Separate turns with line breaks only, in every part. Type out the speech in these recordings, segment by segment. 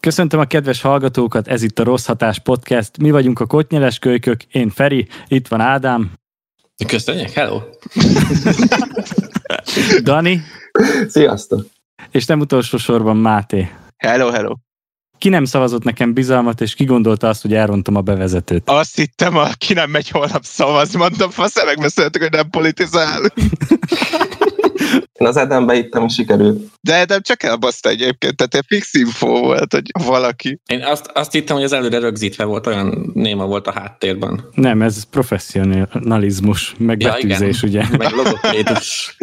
Köszöntöm a kedves hallgatókat, ez itt a Rossz Hatás Podcast. Mi vagyunk a Kotnyeles Kölykök, én Feri, itt van Ádám.
Köszönjük, hello!
Dani,
Sziasztok!
és nem utolsó sorban Máté.
Hello, hello.
Ki nem szavazott nekem bizalmat, és kigondolta azt, hogy elrontom a bevezetőt.
Azt hittem, aki nem megy holnap szavazni, mondtam, faszem, megbeszéltük, hogy nem politizál.
Én az Ádám beittem, és sikerült.
De nem csak elbaszta egyébként, tehát egy fix info volt, hogy valaki.
Én azt, azt hittem, hogy az előre rögzítve volt, olyan néma volt a háttérben.
Nem, ez professzionalizmus, meg
Ja,
betűzés, ugye?
Meg logopédus.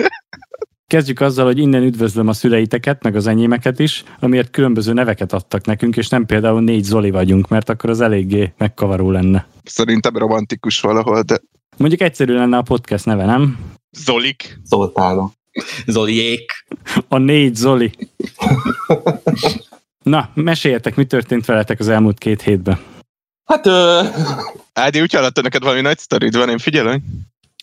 Kezdjük azzal, hogy innen üdvözlöm a szüleiteket, meg az enyémeket is, amiért különböző neveket adtak nekünk, és nem például négy Zoli vagyunk, mert akkor az eléggé megkavaró lenne.
Szerintem romantikus valahol, de
Mondjuk egyszerű lenne a podcast neve, nem?
Zolik.
Szóltála.
Zoliék.
A négy Zoli. Na, meséljetek, mi történt veletek az elmúlt két hétben.
Hát ö,
Ádi, úgy hallottad, neked valami nagy sztorid van, én figyelem.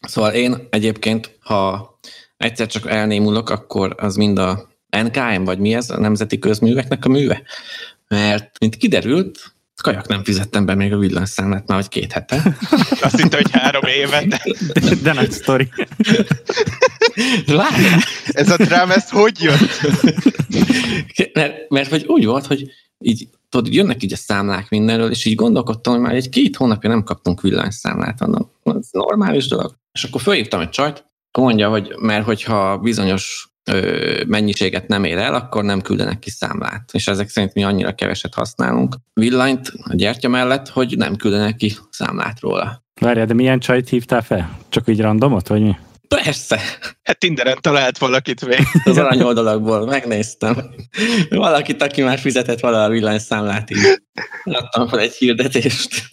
Szóval én egyébként, ha egyszer csak elnémulok, akkor az mind a NKM, vagy mi ez, a Nemzeti Közműveknek a műve. Mert, mint kiderült, kajak nem fizettem be még a villanyszámlát már, vagy két hete.
Azt hittem, hogy három évet.
De, de nagy sztori.
Várjál!
Ez a drám, ez hogy jött?
mert, mert hogy úgy volt, hogy így tudod, jönnek így a számlák mindenről, és így gondolkodtam, hogy már egy két hónapja nem kaptunk villanyszámlát, mondom, ez normális dolog. És akkor fölhívtam egy csajt, mondja, hogy mert hogyha bizonyos ö, mennyiséget nem ér el, akkor nem küldenek ki számlát. És ezek szerint mi annyira keveset használunk villanyt a gyertya mellett, hogy nem küldenek ki számlát róla.
Várjál, de milyen csajt hívtál fel? Csak így randomot, vagy mi?
Persze,
Hát Tinderen talált valakit még.
az arany oldalakból megnéztem. Valakit, aki már fizetett vala a villanyszámlát, így adtam fel egy hirdetést.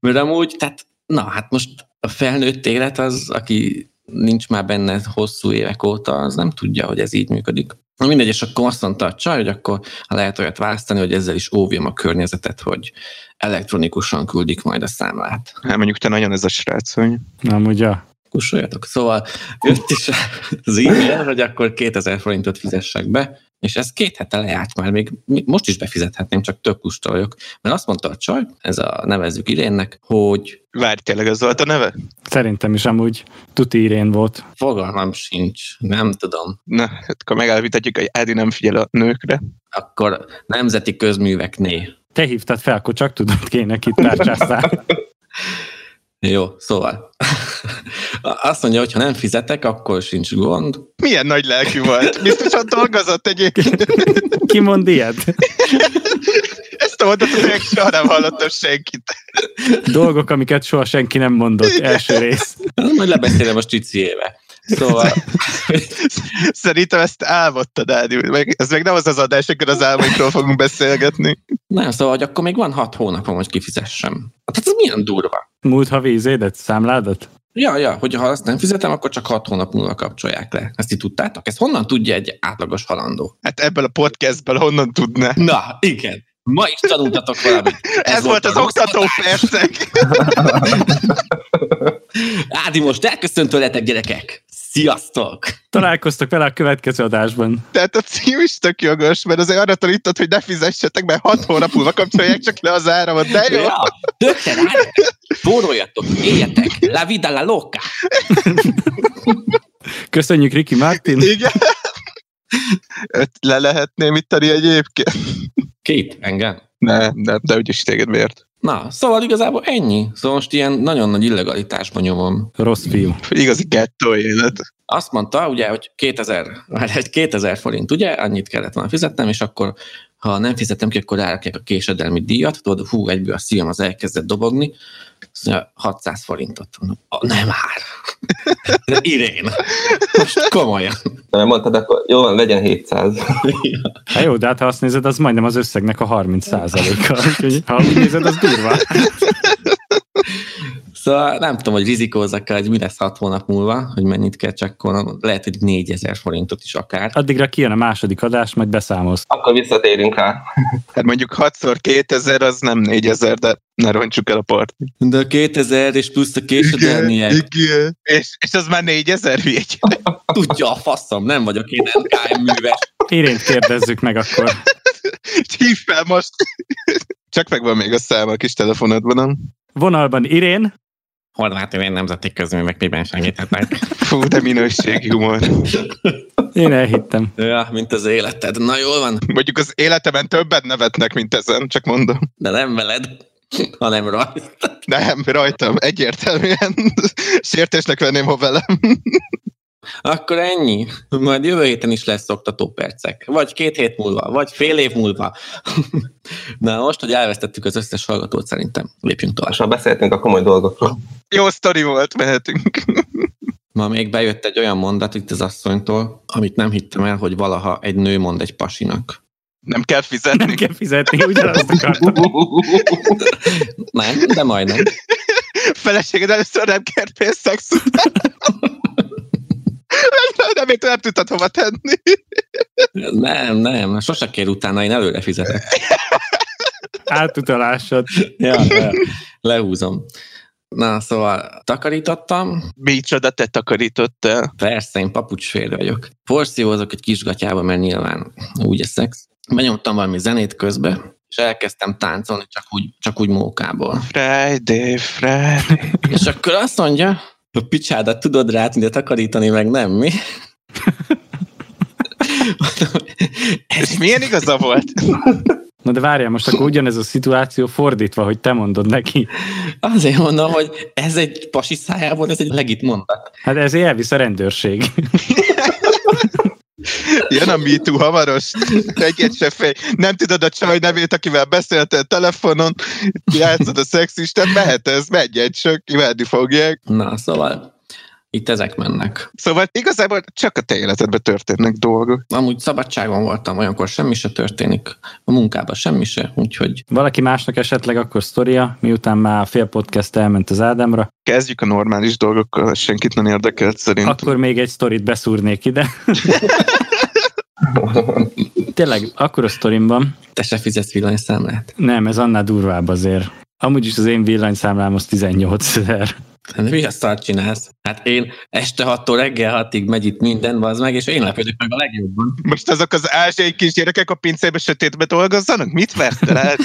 Mert amúgy, tehát, na hát most a felnőtt élet az, aki nincs már benne hosszú évek óta, az nem tudja, hogy ez így működik. Na mindegy, és akkor azt mondta a csaj, hogy akkor ha lehet olyat választani, hogy ezzel is óvjam a környezetet, hogy elektronikusan küldik majd a számlát.
Hát mondjuk te nagyon ez a srác, hogy...
Na, amúgy ja.
kussoljatok. Szóval jött is az e-mail, hogy akkor 2000 forintot fizessek be, és ez két hete lejárt már, még mi- most is befizethetném, csak tök lusta vagyok. Mert azt mondta a csaj, ez a nevezzük idénnek, hogy
Várj, tényleg ez volt a neve?
Szerintem is amúgy tuti irén volt.
fogalmam sincs, nem tudom.
Na, hát akkor megállapíthatjuk, hogy Ádi nem figyel a nőkre.
Akkor nemzeti közműveknél.
Te hívtad fel, akkor csak tudod kéne, kit tárcsásztál.
Jó, szóval. Azt mondja, hogy ha nem fizetek, akkor sincs gond.
Milyen nagy lelkű volt. Biztosan dolgozott egyébként.
Ki mond ilyet?
Ezt a mondatot még soha nem hallottam senkit.
Dolgok, amiket soha senki nem mondott. Első rész.
Majd lebeszélem a ciciével. Szóval
Szerintem ezt álmodtad, Ádi. Meg- Ez még nem az az adás, amikor az álmaikról fogunk beszélgetni.
nem, szóval, hogy akkor még van hat hónapom, hogy kifizessem. Tehát ez milyen durva.
Múlt havi izédet, számládat?
Ja, ja, hogy ha azt nem fizetem, akkor csak hat hónap múlva kapcsolják le. Ezt ti tudtátok? Ezt honnan tudja egy átlagos halandó?
Hát ebből a podcastből honnan tudná? Ez,
Na, igen. Ma is tanultatok valamit.
Ez volt az
a rossz
oktató
hatás.
percek.
Ádi, most elköszönt tőletek, gyerekek. Sziasztok!
Találkoztok vele a következő adásban.
Tehát a cím is tök jogos, mert azért arra tanított, hogy ne fizessetek, mert hat hónap múlva kapcsolják csak le az áramot. De jó,
Ja, tökre rájöttek. Spóroljatok, éljetek. La vida la loca.
Köszönjük Riki Martin.
igen. Öt- Le lehetném itt egyébként?
Kép engem.
Nem, nem, de úgyis téged miért?
Na, szóval igazából ennyi. Szóval most ilyen nagyon nagy illegalitásban nyomom.
Rossz fiú.
Igazi gettó élet.
azt mondta, ugye, hogy 2000, hát egy 2000 forint, ugye, annyit kellett volna fizetnem, és akkor ha nem fizetem ki, akkor rárakják a késedelmi díjat, tudod, hú, egyből a szívem az elkezdett dobogni, azt mondja, 600 forintot. Mondom, "A, nem már. De Irén. Most komolyan.
de nem mondtad, akkor jó van, legyen 700.
Hát jó, de hát ha azt nézed, az majdnem az összegnek a 30%-a. Úgyhogy ha úgy nézed, az durva.
Szóval nem tudom, hogy rizikózzak el, hogy mi lesz hat hónap múlva, hogy mennyit kell csekkolnom. Lehet, hogy 4000 forintot is akár.
Addigra kijön a második adás, majd beszámolsz.
Akkor visszatérünk rá.
Hát mondjuk 6-szor 2000 az nem 4000, de ne roncsuk el a part.
De a 2000 és plusz a késedelmiek.
igen. És, és az már 4000 hülyék.
Tudja a faszom, nem vagyok én NKM műves.
Érént kérdezzük meg akkor.
Hívd fel most! Csak megvan még a szám a kis telefonodban, nem?
Vonalban Irén,
Horváth Irén nemzeti közművek miben segítettek.
Fú, de minőségi humor.
én elhittem.
ja, mint az életed. Na jól van,
Mondjuk az életemben többet nevetnek, mint ezen, csak mondom.
de nem veled, hanem rajta.
Nem, rajtam, egyértelműen sértésnek venném, ha velem.
Akkor ennyi. Majd jövő héten is lesz oktatópercek. Vagy két hét múlva, vagy fél év múlva. Na most, hogy elvesztettük az összes hallgatót, szerintem lépjünk tovább.
Most már beszéltünk a komoly dolgokról.
Jó sztori volt, mehetünk.
Ma még bejött egy olyan mondat itt az asszonytól, amit nem hittem el, hogy valaha egy nő mond egy pasinak.
Nem kell fizetni.
Nem kell fizetni, ugyanazt akartam.
Nem, de majdnem.
Feleséged először nem kért pénzt szex után. Nem, nem, én nem tudtad hova tenni.
Nem, nem, sose kér utána, én előre fizetek.
Átutalásod.
Ja, ja. lehúzom. Na, szóval takarítottam,
Micsoda te takarítottál.
Persze, én papucsfér vagyok. Forszívozok egy kisgatyába, mert nyilván úgy a szex. Benyomtam valami zenét közbe, és elkezdtem táncolni csak úgy, csak úgy mókából.
Friday, Friday.
És akkor azt mondja, a picsádat tudod rá, de takarítani meg nem, mi? Mondom,
És milyen igaza volt?
Na de várjál, most akkor ugyanez a szituáció fordítva, hogy te mondod neki.
Azért mondom, hogy ez egy pasi szájából, ez egy legit mondat.
Hát ezért elvisz a rendőrség.
Jön a Me Too hamaros. Egyet se fej. Nem tudod a csaj nevét, akivel beszéltél telefonon. Játszod a szexisten, mehet ez, megy egy csak, imádni fogják.
Na, szóval itt ezek mennek.
Szóval igazából csak a te életedben történnek dolgok.
Amúgy szabadságon voltam, olyankor semmi se történik, a munkában semmi se, úgyhogy
Valaki másnak esetleg akkor sztoria, miután már fél podcast elment az Ádámra,
Kezdjük a normális dolgokkal, ez senkit nem érdekelt szerintem.
akkor még egy sztorit beszúrnék ide. Tényleg, akkor a sztorim van.
te se fizetsz villanyszámlát.
Nem, ez annál durvább azért. Amúgy is az én villanyszámlám az 18 ezer.
Hát Mi a szart csinálsz? Hát én este 6-tól reggel 6-ig megy itt minden, az meg, és én lepődök meg a legjobban.
Most azok az ázsiai kisgyerekek a pincébe sötétbe dolgozzanak? Mit vertel el?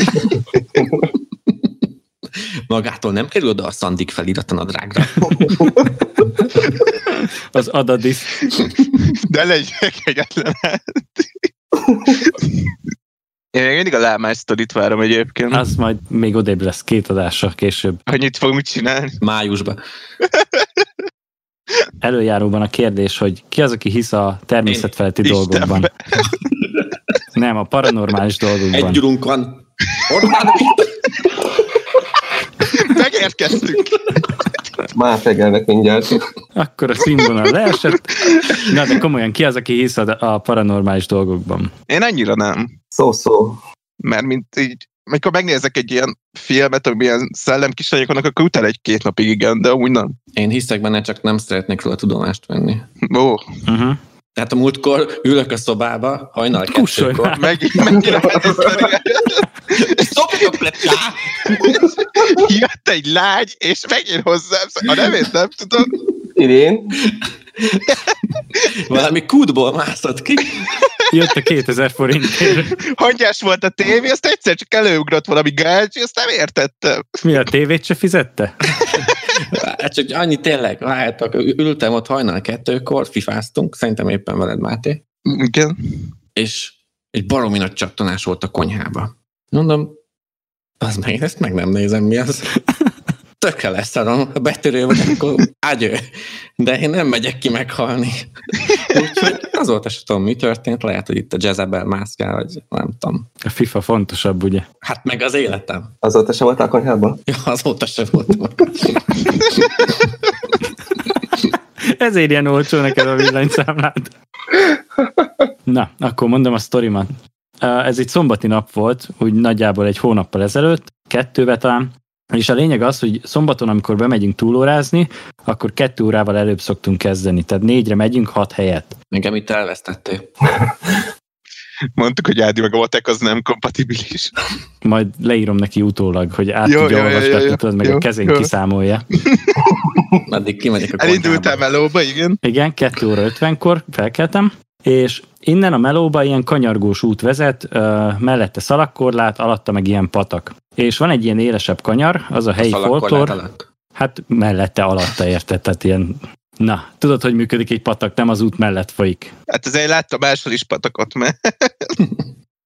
Magától nem kerül oda a szandik feliraton a drágra.
Az adadisz.
De legyek egyetlen. Én még mindig a lámás sztorit várom egyébként.
Az majd még odébb lesz két adással később.
Annyit fog mit csinálni?
Májusban.
Előjáróban a kérdés, hogy ki az, aki hisz a természetfeletti
Én.
dolgokban? Nem, a paranormális
Egy
dolgokban.
gyurunk van. Orbán Viktor.
Megérkeztünk.
Már tegelnek mindjárt.
Akkor a színvonal leesett. Na de komolyan, ki az, aki hisz a, a paranormális dolgokban?
Én annyira nem.
Szó-szó.
Mert mint így, amikor megnézek egy ilyen filmet, amiben ilyen szellem kislányok vannak, akkor utána egy-két napig igen, de úgy nem.
Én hiszek benne, csak nem szeretnék róla tudomást venni.
Ó,
Uh-huh.
Tehát a múltkor ülök a szobába, hajnal
Kussolj
kettőkor.
már.
megint, megint ez a sztori.
Szopjok le, csá!
Jött egy lágy, és megint hozzám, szól. a nevét nem tudom.
Irén,
Valami kútból mászott ki.
Jött a 2000 forintért.
hangyás volt a tévé, azt egyszer csak előugrott valami gács, és azt nem értettem.
Mi a tévét se fizette?
Hát csak annyi tényleg, várjátok, ültem ott hajnal kettőkor, fifáztunk, szerintem éppen veled, Máté.
Igen.
és egy baromi nagy csattanás volt a konyhába. Mondom, az meg, én ezt meg nem nézem, mi az. Tökre leszarom, ha betörő vagy, akkor ágyő. De én nem megyek ki meghalni. Úgyhogy azóta se tudom, mi történt, lehet, hogy itt a Jezebel mászkál, vagy nem tudom.
A FIFA fontosabb, ugye?
Hát meg az életem.
azóta se voltál a konyhában?
Ja, azóta se voltam.
Ezért ilyen olcsó neked a villanyszámlád. Na, akkor mondom a sztorimat. Uh, Ez egy szombati nap volt, úgy nagyjából egy hónappal ezelőtt, kettőbe talán, és a lényeg az, hogy szombaton, amikor bemegyünk túlórázni, akkor kettő órával előbb szoktunk kezdeni, tehát négyre megyünk, hat helyet.
Engem itt elvesztettél.
Mondtuk, hogy Ádi meg a matek az nem kompatibilis.
Majd leírom neki utólag, hogy át
Jó,
tudja
jó, jó, jó,
olvasgatni,
jó.
tudod, meg
Jó,
a kezén
jó.
kiszámolja.
Addig kimegyek a konyhába.
Elindultál melóba, igen.
Igen, 2 óra 50-kor felkeltem, és innen a melóba ilyen kanyargós út vezet, ö, mellette szalakkorlát, alatta meg ilyen patak. És van egy ilyen élesebb kanyar, az a helyi foltor.
alatt.
Hát mellette, alatta érted, tehát ilyen... Na, tudod, hogy működik egy patak, nem az út mellett folyik.
Hát azért láttam máshol is patakot, mert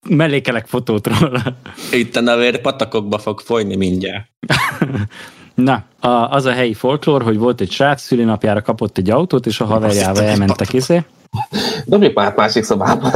Mellékelek fotót róla.
Itt a vér patakokba fog folyni mindjárt.
Na, a, az a helyi folklór, hogy volt egy srác, szülinapjára kapott egy autót, és a haverjával
hittem, egy
elmentek
patak.
izé.
Dobjuk már másik szobába.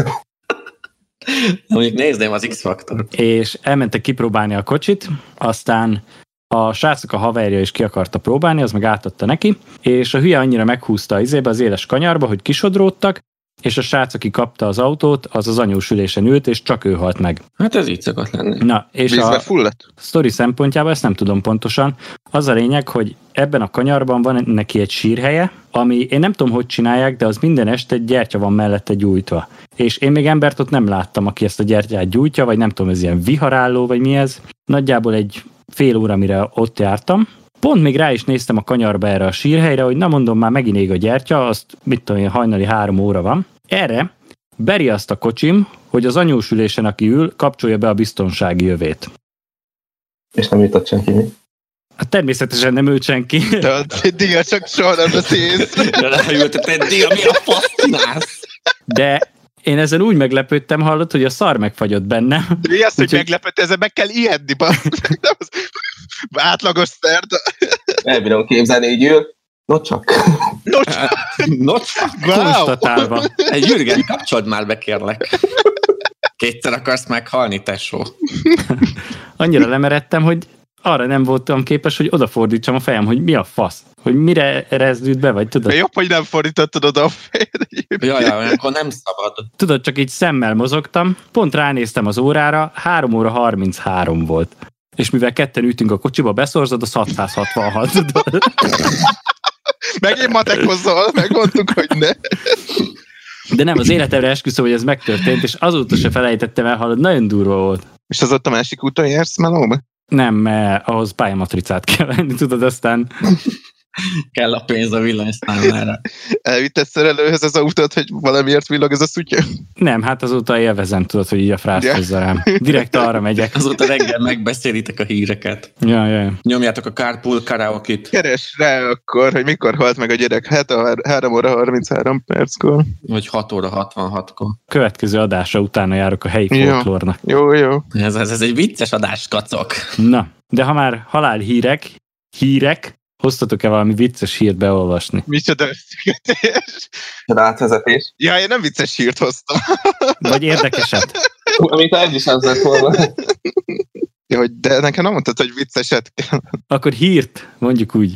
Mondjuk nézném az X-faktor.
és elmentek kipróbálni a kocsit, aztán a srácok a haverja is ki akarta próbálni, az meg átadta neki, és a hülye annyira meghúzta az izébe az éles kanyarba, hogy kisodródtak, és a srác, aki kapta az autót, az az anyós ülésen ült, és csak ő halt meg.
Hát ez így szokott lenni.
Na, és
vízbe
a
fulladt.
sztori szempontjából ezt nem tudom pontosan. Az a lényeg, hogy ebben a kanyarban van neki egy sírhelye, ami én nem tudom, hogy csinálják, de az minden este egy gyertya van mellette gyújtva. És én még embert ott nem láttam, aki ezt a gyertyát gyújtja, vagy nem tudom, ez ilyen viharálló, vagy mi ez. Nagyjából egy fél óra, mire ott jártam. Pont még rá is néztem a kanyarba erre a sírhelyre, hogy na mondom, már megint ég a gyertya, azt mit tudom én, hajnali három óra van. Erre beriaszt a kocsim, hogy az anyósülésen, aki ül, kapcsolja be a biztonsági jövét.
És nem jutott senki mi.
Hát természetesen nem ült senki.
Tehát Eddig csak soha nem lesz észre.
De ráültet eddig, ami a fasz csinálsz?
De én ezen úgy meglepődtem, hallott, hogy a szar megfagyott benne.
Mi az, hogy
Úgyhogy-
meglepett, ezzel meg kell ijedni, bazd meg. Nem az átlagos szerda.
Elbírom képzelni, így ül. No csak.
Nos,
Not
wow.
Konstatálva.
Egy Jürgen, kapcsold már be, kérlek. Kétszer akarsz meghalni, tesó.
Annyira lemeredtem, hogy arra nem voltam képes, hogy odafordítsam a fejem, hogy mi a fasz, hogy mire rezdült be, vagy tudod,
Jobb, hogy nem fordítottad oda a fejed.
Jaj, jaj, olyankor nem szabad.
tudod, csak így szemmel mozogtam, pont ránéztem az órára, 3 óra 33 volt. És mivel ketten ütünk a kocsiba, beszorzod, az 666. tudod.
Megint matekozol, megmondtuk, hogy ne.
De nem, az életemre esküszöm, hogy ez megtörtént, és azóta se felejtettem el, hallod, nagyon durva volt.
És az ott a másik úton jársz melóba?
Nem, mert ahhoz pályamatricát kell venni, tudod, aztán
Kell a pénz a villanyszámlára.
Elvitt egyszer előhöz az autót, hogy valamiért villog ez a szutya.
nem, hát azóta élvezem, tudod, hogy így a frászt
Ja.
hozza rám. Direkt arra megyek.
Azóta reggel megbeszélitek a híreket.
Ja, ja, ja.
Nyomjátok a carpool karaoke-t,
Keres rá akkor, hogy mikor halt meg a gyerek. Hát a hár- 3 óra 33 perckor.
vagy 6 óra 66-kor.
Következő adásra utána járok a helyi
Ja.
folklórnak.
Jó, jó.
Ez, ez, ez egy vicces adás, kacok.
Na, de ha már halál hírek, hírek, hoztatok-e valami vicces hírt beolvasni?
Micsoda összekötés.
Csoda átvezetés.
Ja, én nem vicces hírt hoztam.
Vagy érdekeset?
Amit egy is nem lett volna.
Ja, hogy de nekem nem mondtad, hogy vicceset kell.
Akkor hírt, mondjuk úgy.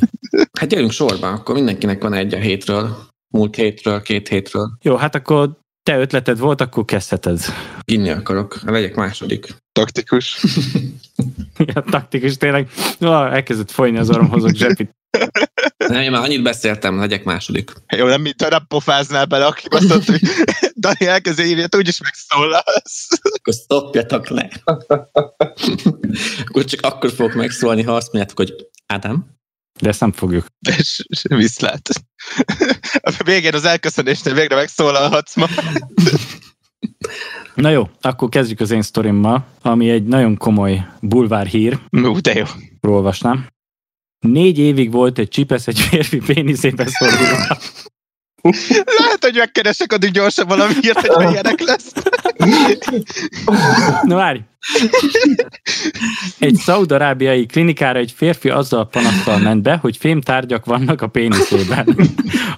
Hát gyerünk sorba, akkor mindenkinek van egy a hétről. Múlt hétről, két hétről.
Jó, hát akkor te ötleted volt, akkor kezdheted.
Inni akarok, legyek második.
Taktikus.
Ja, taktikus tényleg. Ah, elkezdett folyni az orrom, hozok zsepit.
Nem, én már annyit beszéltem, legyek második.
Jó, nem mint a nem pofáznál bele, aki azt mondta, hogy Dani elkezdi írni, hát úgyis megszólalsz.
Akkor stopjatok le. akkor csak akkor fogok megszólni, ha azt mondjátok, hogy Ádám.
De ezt nem fogjuk.
És és viszlát. A végén az elköszönésnél végre megszólalhatsz ma.
Na jó, akkor kezdjük az én sztorimmal, ami egy nagyon komoly bulvár hír.
Nú, de jó.
Ról olvasnám. Négy évig volt egy csipesz egy férfi péniszébe szorulva.
Lehet, hogy megkeresek addig gyorsan valamiért, hogy ha ilyenek lesz.
Na várj! Egy szaudarábiai klinikára egy férfi azzal a panasztal ment be, hogy fémtárgyak vannak a péniszében.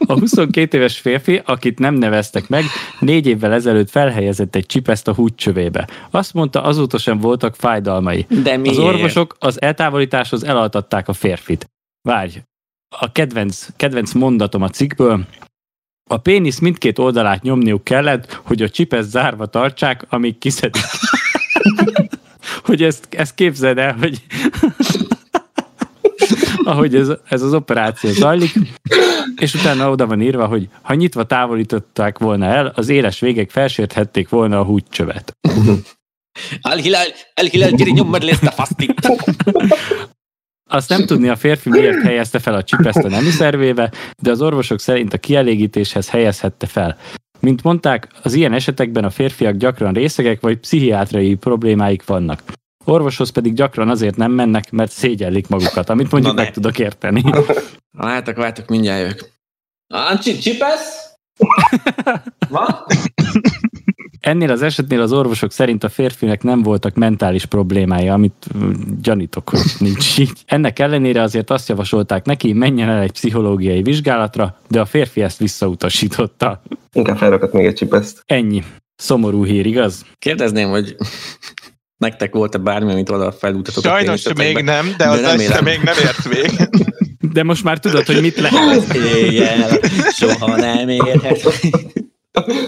A 22 éves férfi, akit nem neveztek meg, négy évvel ezelőtt felhelyezett egy csipeszt a húgycsövébe. Azt mondta, azóta sem voltak fájdalmai.
De miért?
Az orvosok az eltávolításhoz elaltatták a férfit. Várj, a kedvenc, kedvenc mondatom a cikkből. A pénisz mindkét oldalát nyomniuk kellett, hogy a csipet zárva tartsák, amíg kiszedik. hogy ezt, ezt képzeld el, hogy ahogy ez, ez az operáció zajlik, és utána oda van írva, hogy ha nyitva távolították volna el, az éles végek felsérthették volna a húgycsövet.
Al-Hilal, Al-Hilal, gyere, nyomd meg le ezt a fasztit.
Azt nem tudni a férfi miért helyezte fel a csipeszt a nemi szervébe, de az orvosok szerint a kielégítéshez helyezhette fel. Mint mondták, az ilyen esetekben a férfiak gyakran részegek vagy pszichiátriai problémáik vannak. Orvoshoz pedig gyakran azért nem mennek, mert szégyellik magukat, amit mondjuk
Na ne.
meg tudok érteni.
Ha Látok, látok, mindjárt jövök. Ancsi, csipesz? Van?
Ennél az esetnél az orvosok szerint a férfinek nem voltak mentális problémái, amit mm, gyanítok, hogy nincs így. Ennek ellenére azért azt javasolták neki, menjen el egy pszichológiai vizsgálatra, de a férfi ezt visszautasította.
Inkább felrakott még egy csipeszt.
Ennyi. Szomorú hír, igaz?
Kérdezném, hogy nektek volt-e bármi, amit oda felutatott?
Sajnos még nem, de
De
az este
remélem.
még nem ért vége.
De most már tudod, hogy mit lehet.
Igen, soha nem érhet.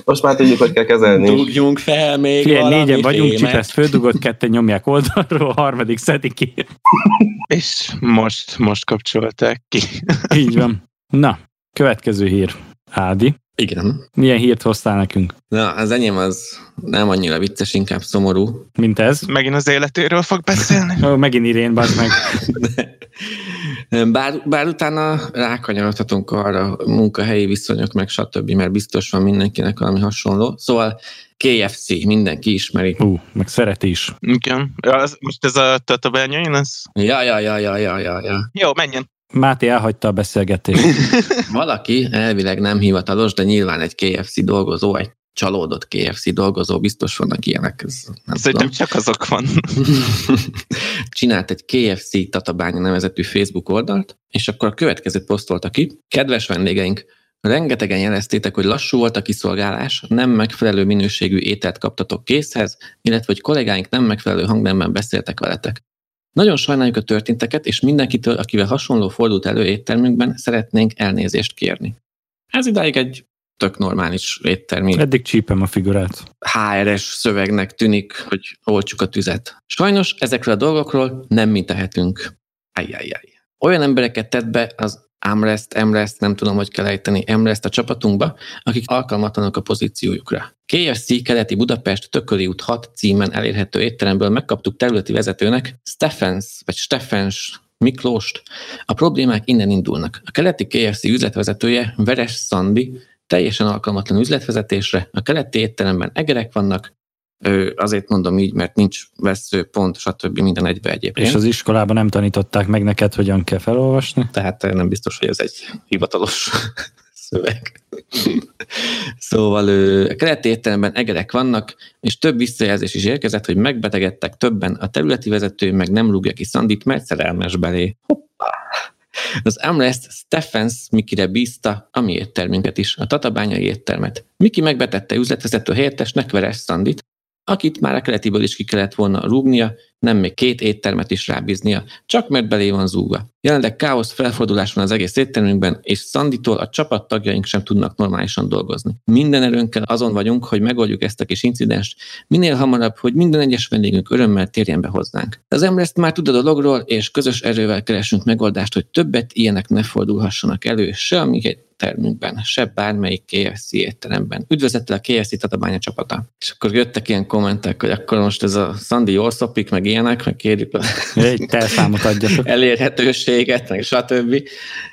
Most már tudjuk, hogy kell kezelni. is.
Dugjunk fel még
Figyelj,
valami
négyen vagyunk,
fémet.
csipeszt földugott, ketten nyomják oldalról, a harmadik szedik ki.
És most, most kapcsolták ki.
Így van. Na, következő hír. Ádi,
Igen.
milyen hírt hoztál nekünk?
Na, az enyém az nem annyira vicces, inkább szomorú.
Mint ez?
Megint az életéről fog beszélni?
Ó, megint Irén, bazd meg.
Bár, bár utána rákanyarodhatunk arra munkahelyi viszonyok, meg stb., mert biztos van mindenkinek valami hasonló. Szóval KFC, mindenki ismeri.
Ú, meg szereti is.
Igen. Az, most ez a tatabányai lesz?
Ja, ja, ja, ja, ja, ja, ja.
Jó, menjen.
Máté elhagyta a beszélgetést.
Valaki elvileg nem hivatalos, de nyilván egy KFC dolgozó, egy csalódott KFC dolgozó, biztos vannak ilyenek. Ez, nem
Szerintem csak azok van.
csinált egy KFC Tatabánya nevezetű Facebook oldalt, és akkor a következő posztolta ki. Kedves vendégeink, rengetegen jeleztétek, hogy lassú volt a kiszolgálás, nem megfelelő minőségű ételt kaptatok készhez, illetve hogy kollégáink nem megfelelő hangnemben beszéltek veletek. Nagyon sajnáljuk a történteket, és mindenkitől, akivel hasonló fordult elő éttermünkben, szeretnénk elnézést kérni. Ez idáig egy tök normális éttermi
Eddig csípem a figurát.
HR-es szövegnek tűnik, hogy oltsuk a tüzet. Sajnos ezekről a dolgokról nem mi tehetünk. Ajjajjaj. Olyan embereket tett be az Amrest, Emrest, nem tudom, hogy kell ejteni, Emrest a csapatunkba, akik alkalmatlanok a pozíciójukra. KFC Keleti Budapest Tököli út 6 címen elérhető étteremből megkaptuk területi vezetőnek Steffens, vagy Steffens Miklóst. A problémák innen indulnak. A keleti KFC üzletvezetője Veres Szandi teljesen alkalmatlan üzletvezetésre, a keleti étteremben egerek vannak, Ö, azért mondom így, mert nincs veszőpont, stb. minden egybe egyébként.
És az iskolában nem tanították meg neked, hogyan kell felolvasni.
tehát eh, nem biztos, hogy ez egy hivatalos szöveg. szóval ö, a keleti értelemben egerek vannak, és több visszajelzés is érkezett, hogy megbetegedtek többen, a területi vezető meg nem rúgja ki Szandit, mert szerelmes belé. Hoppá! Az Amrest Steffens Mikire bízta a mi éttermünket is, a tatabányai éttermet. Miki megbetette üzletvezető helyettesnek Veres Szandit, akit már a keletiből is ki kellett volna rúgnia, nem még két éttermet is rábíznia, csak mert belé van zúgva. Jelenleg káosz felfordulás van az egész éttermünkben, és Szanditól a csapattagjaink sem tudnak normálisan dolgozni. Minden erőnkkel azon vagyunk, hogy megoldjuk ezt a kis incidenst, minél hamarabb, hogy minden egyes vendégünk örömmel térjen be hozzánk. Az ember már tud a dologról, és közös erővel keresünk megoldást, hogy többet ilyenek ne fordulhassanak elő, se a mi termünkben, se bármelyik KFC étteremben. Üdvözlettel a KFC tatabánya csapata. És akkor jöttek ilyen kommentek, hogy akkor most ez a Szandi jól szopik, meg ilyenek, meg kérjük a
Egy telszámot adjatok.
elérhetőséget, meg stb.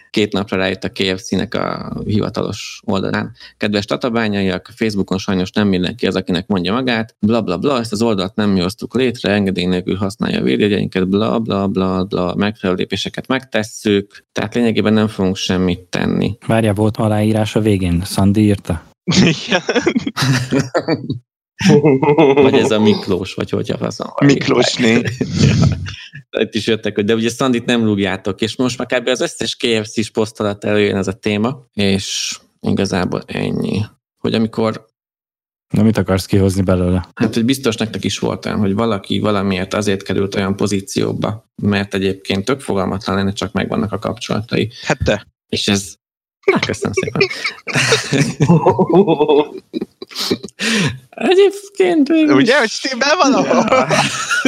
Két napra rájött a KFC-nek a hivatalos oldalán. Kedves tatabányaiak, Facebookon sajnos nem mindenki az, akinek mondja magát, bla bla bla, ezt az oldalt nem mi hoztuk létre, engedély nélkül használja a védjegyeinket, bla bla bla bla, megfelelő lépéseket megtesszük, tehát lényegében nem fogunk semmit tenni.
Várja, volt aláírás a végén. Szandi írta.
Igen.
Vagy ez a Miklós, vagy hogy a faszom.
Miklósné.
Itt is jöttek, hogy de ugye Szandit nem rúgjátok, és most már kb. az összes KFC-s poszt alatt előjön ez a téma, és igazából ennyi. Hogy amikor,
Na, mit akarsz kihozni belőle?
hát hogy biztos nektek is volt olyan, hogy valaki valamiért azért került olyan pozícióba, mert egyébként tök fogalmatlan lenne, csak megvannak a kapcsolatai.
Hát te.
És ez... Na, köszönöm szépen. Egyébként...
Ugye, hogy stimmel valahol?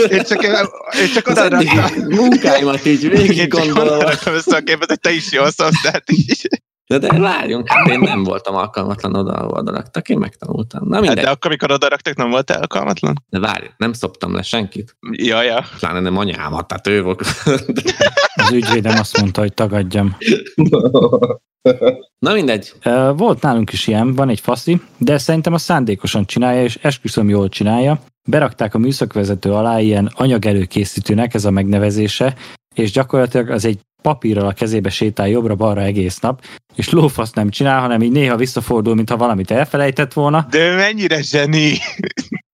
Én csak, én csak
Az
oda
eddig
raktam.
munkáimat így végig
Én csak onnan
gondolom.
raktam össze a képet, hogy te is jól szólsz, tehát így.
De, de várjunk, hát én nem voltam alkalmatlan oda, ahol oda raktak, én megtanultam. Na
Hát
mindegy,
de akkor, amikor oda raktak, nem voltál alkalmatlan?
de várj, nem szoptam le senkit,
Ja, ja.
pláne nem anyámat, tehát ő volt.
Az ügyvédem azt mondta, hogy tagadjam.
Na mindegy.
Ö, Volt nálunk is ilyen, van egy faszi, de szerintem a szándékosan csinálja, és esküszöm jól csinálja. Berakták a műszakvezető alá ilyen anyagelőkészítőnek ez a megnevezése, és gyakorlatilag az egy papírral a kezébe sétál jobbra-balra egész nap, és lófasz nem csinál, hanem így néha visszafordul, mintha valamit elfelejtett volna,
De ő mennyire zseni!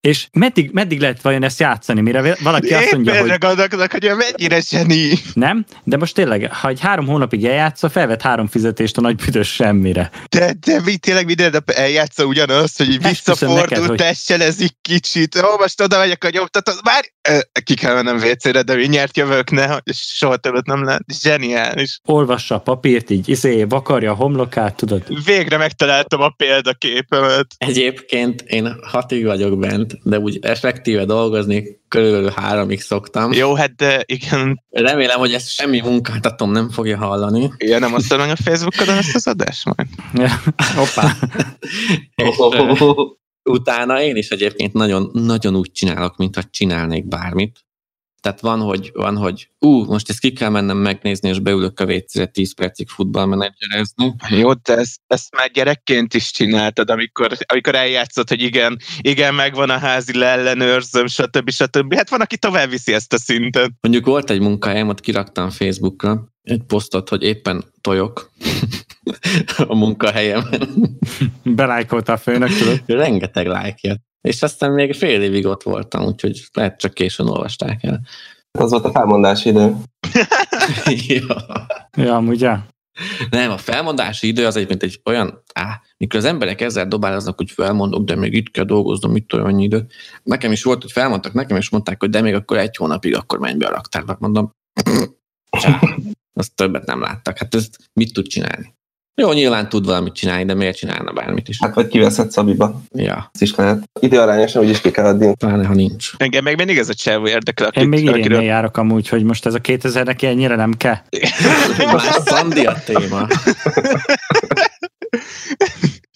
és meddig, meddig lehet vajon ezt játszani, mire vé- valaki azt
Éppen
mondja, hogy
erre gondolkodok, hogy ő mennyire zseni!
nem, de most tényleg, ha egy három hónapig eljátsza, felvett három fizetést a nagy büdös semmire.
De, de mi, tényleg minden nap eljátsza ugyanazt, hogy így
Esküszöm neked,
visszafordul,
hogy-
tesselezik kicsit, ó, most oda megyek a nyomtató, már ö, ki kell mennem WC-re, de mindjárt jövök, ne, hogy soha többet nem lehet. Zseniális.
olvassa a papírt, így izé, vakarja a homlokát, tudod.
Végre megtaláltam a példaképemet.
Egyébként én hatig vagyok bent, de úgy effektíve dolgozni körülbelül háromig szoktam.
Jó, hát de igen,
Remélem, hogy ezt semmi munkáltatom nem fogja hallani.
ja, nem osztod meg a Facebookodon ezt az adást majd.
Hoppá.
És, ö, utána én is egyébként nagyon, nagyon úgy csinálok, mintha csinálnék bármit. Tehát van, hogy, van, hogy ú, most ezt ki kell mennem megnézni, és beülök a vécére 10 percig futballmenedzserezni.
Jó, te ezt, ezt már gyerekként is csináltad, amikor, amikor eljátszott, hogy igen, igen, megvan a házi leellenőrzöm, stb. stb. Hát van, aki tovább viszi ezt a szintet.
Mondjuk volt egy munkahelyem, ott kiraktam Facebookra egy posztot, hogy éppen tojok a munkahelyemen.
Belájkolta a főnök, tudod.
Rengeteg like jött. És aztán még fél évig ott voltam, úgyhogy lehet csak későn olvasták el.
Az volt a felmondási idő.
ja.
Ja, amúgy, ja.
Nem, a felmondási idő az egy, mint egy olyan, á, mikor az emberek ezzel dobáloznak, hogy felmondok, de még itt kell dolgoznom, mit tudom, annyi idő. Nekem is volt, hogy felmondtak nekem, és mondták, hogy de még akkor egy hónapig, akkor menj be a raktárba. Mondom, csá, azt többet nem láttak. Hát ezt mit tud csinálni? Jó, nyilván tud valamit csinálni, de miért csinálna bármit is?
Hát vagy kiveszed Szabiba.
Ja,
Ez is lehet. Időarányosan úgyis ki kell adni.
pláne ha nincs.
Engem meg mindig ez a csávó érdekel, akit,
Én még
akiről
irénnél járok amúgy, hogy most ez a 2000 neki ennyire nem kell.
Már Szandi a téma.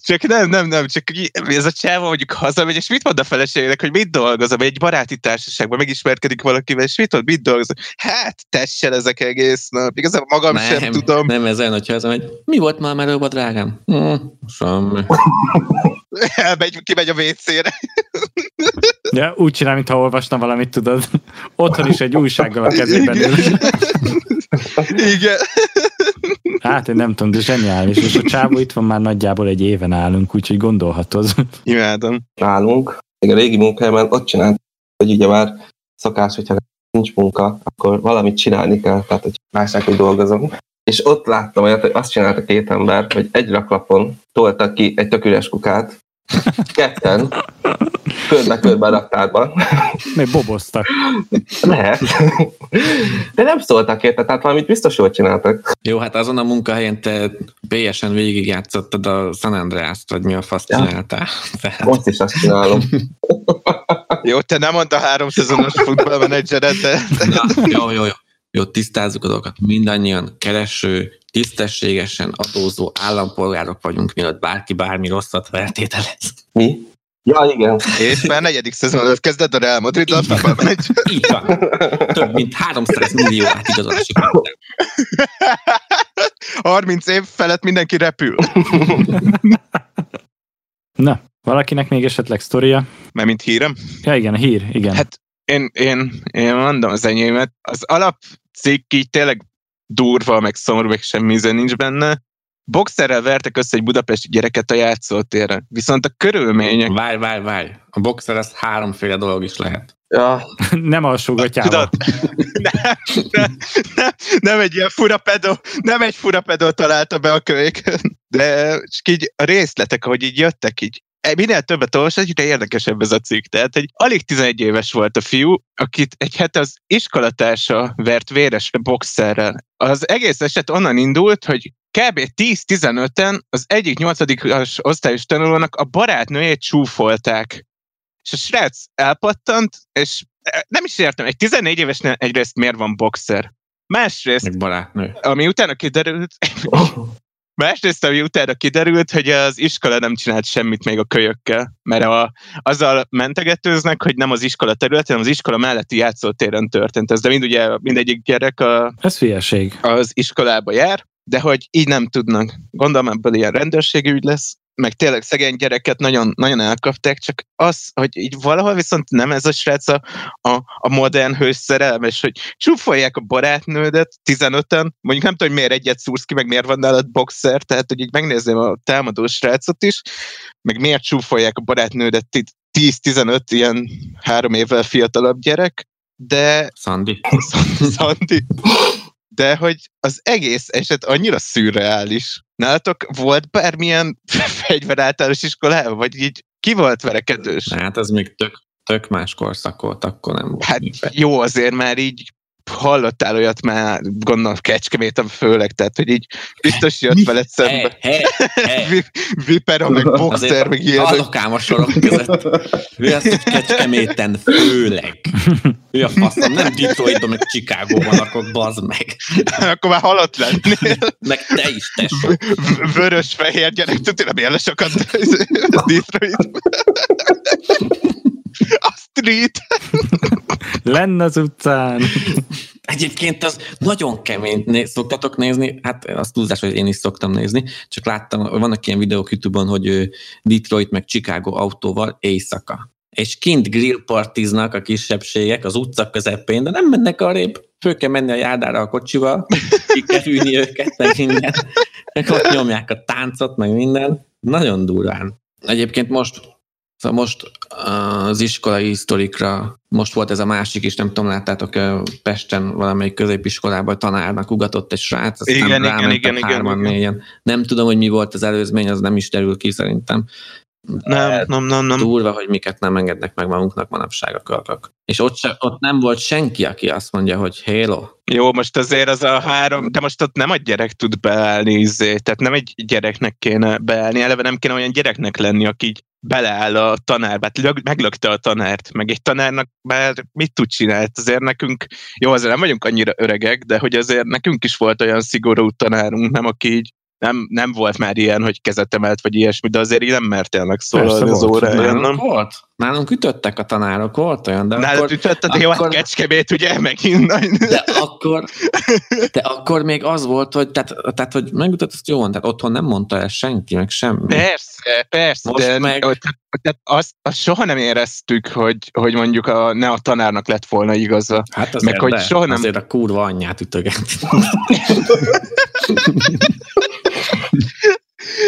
Csak nem, nem, nem, csak így- ez a csávó mondjuk hazamegy, és mit mond a feleségének, hogy mit dolgozom, egy baráti társaságban megismerkedik valakivel, és mit mond, mit dolgozom. Hát, tessel ezek egész nap, igazából magam nem, sem tudom.
nem ez olyan, hogyha ez megy. Mi volt már előbb a drágám? Hm, semmi.
Elmegy, kimegy a WC-re.
Ja, úgy csinál, mintha olvasna valamit, tudod. Otthon is egy újsággal a kezében ül.
Igen.
Hát én nem tudom, de zseniális. És a csávó itt van már nagyjából egy éven állunk, úgyhogy gondolhatod.
Imádom.
nálunk, még a régi munkájában ott csinált, hogy ugye már szokás, hogyha nincs munka, akkor valamit csinálni kell, tehát hogy másnak, hogy dolgozom. És ott láttam olyat, hogy azt csinálta két ember, hogy egy raklapon toltak ki egy tök üres kukát, ketten, körbe-körbe a raktárban.
Még boboztak.
Lehet. De nem szóltak érte, tehát valamit biztos jól csináltak.
Jó, hát azon a munkahelyen te BS-en végigjátszottad a San Andreas-t, vagy mi a fasz
Ja.
csináltál. Tehát
Most is azt csinálom.
Jó, te nem mondd a három szezonos futballmenedzseret, de
Na, jó, jó, jó. Jó, tisztázzuk a dolgokat. Mindannyian kereső, tisztességesen adózó állampolgárok vagyunk, mielőtt bárki bármi rosszat feltételez.
Mi? Ja, igen.
és már negyedik szezon előtt kezded a Real Madrid a futballmenedzser.
Így van. Több mint 300 millió átigazolási kaptam.
30 év felett mindenki repül.
Na, valakinek még esetleg sztoria?
Mert mint hírem.
Ja, igen, a hír, igen.
Hát én, én, én mondom az enyémet. Az alapcikk így tényleg durva, meg szomorú, meg semmi íze nincs benne. Boxerrel vertek össze egy budapesti gyereket a játszótéren. Viszont a körülmények...
Várj, várj, várj. A boxer az háromféle dolog is lehet.
Ja,
Nem alsógatjával.
nem, nem, nem, nem, egy ilyen fura pedó, nem egy fura pedó találta be a kölyköt. De csak így a részletek, ahogy így jöttek így, e, minél többet olvasod, egyre érdekesebb ez a cikk. Tehát egy alig 11 éves volt a fiú, akit egy hete az iskolatársa vert véres boxerrel. Az egész eset onnan indult, hogy kb. 10-15-en az egyik 8. osztályos tanulónak a barátnőjét csúfolták. És a srác elpattant, és eh, nem is értem, egy 14 évesnél egyrészt miért van boxer? Másrészt,
Meg barátnő.
ami utána kiderült, Másrészt, ami utána kiderült, hogy az iskola nem csinált semmit még a kölyökkel, mert a, azzal mentegetőznek, hogy nem az iskola területen, hanem az iskola melletti játszótéren történt ez, de mind ugye mindegyik gyerek a,
Ez hülyeség.
az iskolába jár, de hogy így nem tudnak. Gondolom ebből ilyen rendőrségi ügy lesz, meg tényleg szegény gyereket nagyon, nagyon elkapták, csak az, hogy így valahol viszont nem ez a srác a, a, a modern hős szerelmes, hogy csúfolják a barátnődet 15-en, mondjuk nem tudom, hogy miért egyet szúrsz ki, meg miért van nálad boxer, tehát hogy így megnézném a támadó srácot is, meg miért csúfolják a barátnődet ti- 10-15 ilyen három évvel fiatalabb gyerek, de
Szandi.
Szandi. De hogy az egész eset annyira szürreális. Nálatok volt bármilyen fegyveráltalános iskolában, vagy így ki volt verekedős?
Na, Hát az még tök, tök más korszak volt, akkor nem volt.
Hát jó, azért már így hallottál olyat már, gondolom, kecskeméten főleg, tehát, hogy így biztos jött veled
hey,
szembe.
hey, hey.
Vi- Vipera, meg boxer, meg ilyenek.
Azokám a sorok között. Ő azt, hogy kecskeméten főleg. Ő a faszom, nem Detroitban, meg Chicagóban lakok, bazd meg.
Akkor már halott lennél.
Meg te is, tesó.
V- Vörös-fehér gyerek, tudod, nem jelen sokat Detroit. A street.
Lenn az utcán.
Egyébként az nagyon kemény. Né- szoktatok nézni? Hát az túlzás, hogy én is szoktam nézni. Csak láttam, vannak ilyen videók YouTube-on, hogy ö, Detroit meg Chicago autóval éjszaka. És kint grillpartiznak a kisebbségek az utca közepén, de nem mennek arrébb. Föl kell menni a járdára a kocsival, kikerülni őket, meg minden. Meg ott nyomják a táncot, meg minden. Nagyon durván. Egyébként most Szóval most az iskolai sztorikra, most volt ez a másik is, nem tudom, láttátok, ö, Pesten valamelyik középiskolában tanárnak ugatott egy srác, aztán
Igen, igen,
rámentek
igen, igen,
hárman,
igen.
négyen. Nem tudom, hogy mi volt az előzmény, az nem is derül ki szerintem.
Nem, nem, nem, nem.
Durva, hogy miket nem engednek meg magunknak manapság a kölkök. És ott, se, ott nem volt senki, aki azt mondja, hogy hello.
Jó, most azért az a három, de most ott nem a gyerek tud beállni, izé, tehát nem egy gyereknek kéne beállni, eleve nem kéne olyan gyereknek lenni, aki így beleáll a tanárba, hát lög, meglökte a tanárt, meg egy tanárnak már mit tud csinálni, Hát azért nekünk, jó, azért nem vagyunk annyira öregek, de hogy azért nekünk is volt olyan szigorú tanárunk, nem, aki így nem, nem volt már ilyen, hogy kezet emelt, vagy ilyesmi, de azért így nem mert elnek szólalni
Persze
az
volt.
óráján, nem?
Nálunk volt? Nálunk ütöttek a tanárok, volt olyan, de
Nálad
akkor...
ütötted, jó, hát
akkor-
kecskemét, ugye, megint.
De akkor, de akkor még az volt, hogy, tehát, tehát, hogy megütött, azt jó van, tehát otthon nem mondta el senki, meg semmi.
Eh, Persze, persze,
Most
de
meg-
meg... tehát azt, azt soha nem éreztük, hogy, hogy mondjuk a, ne a tanárnak lett volna igaza.
Hát azért,
Meg, hogy
de,
soha nem-
azért a kurva anyját ütöget.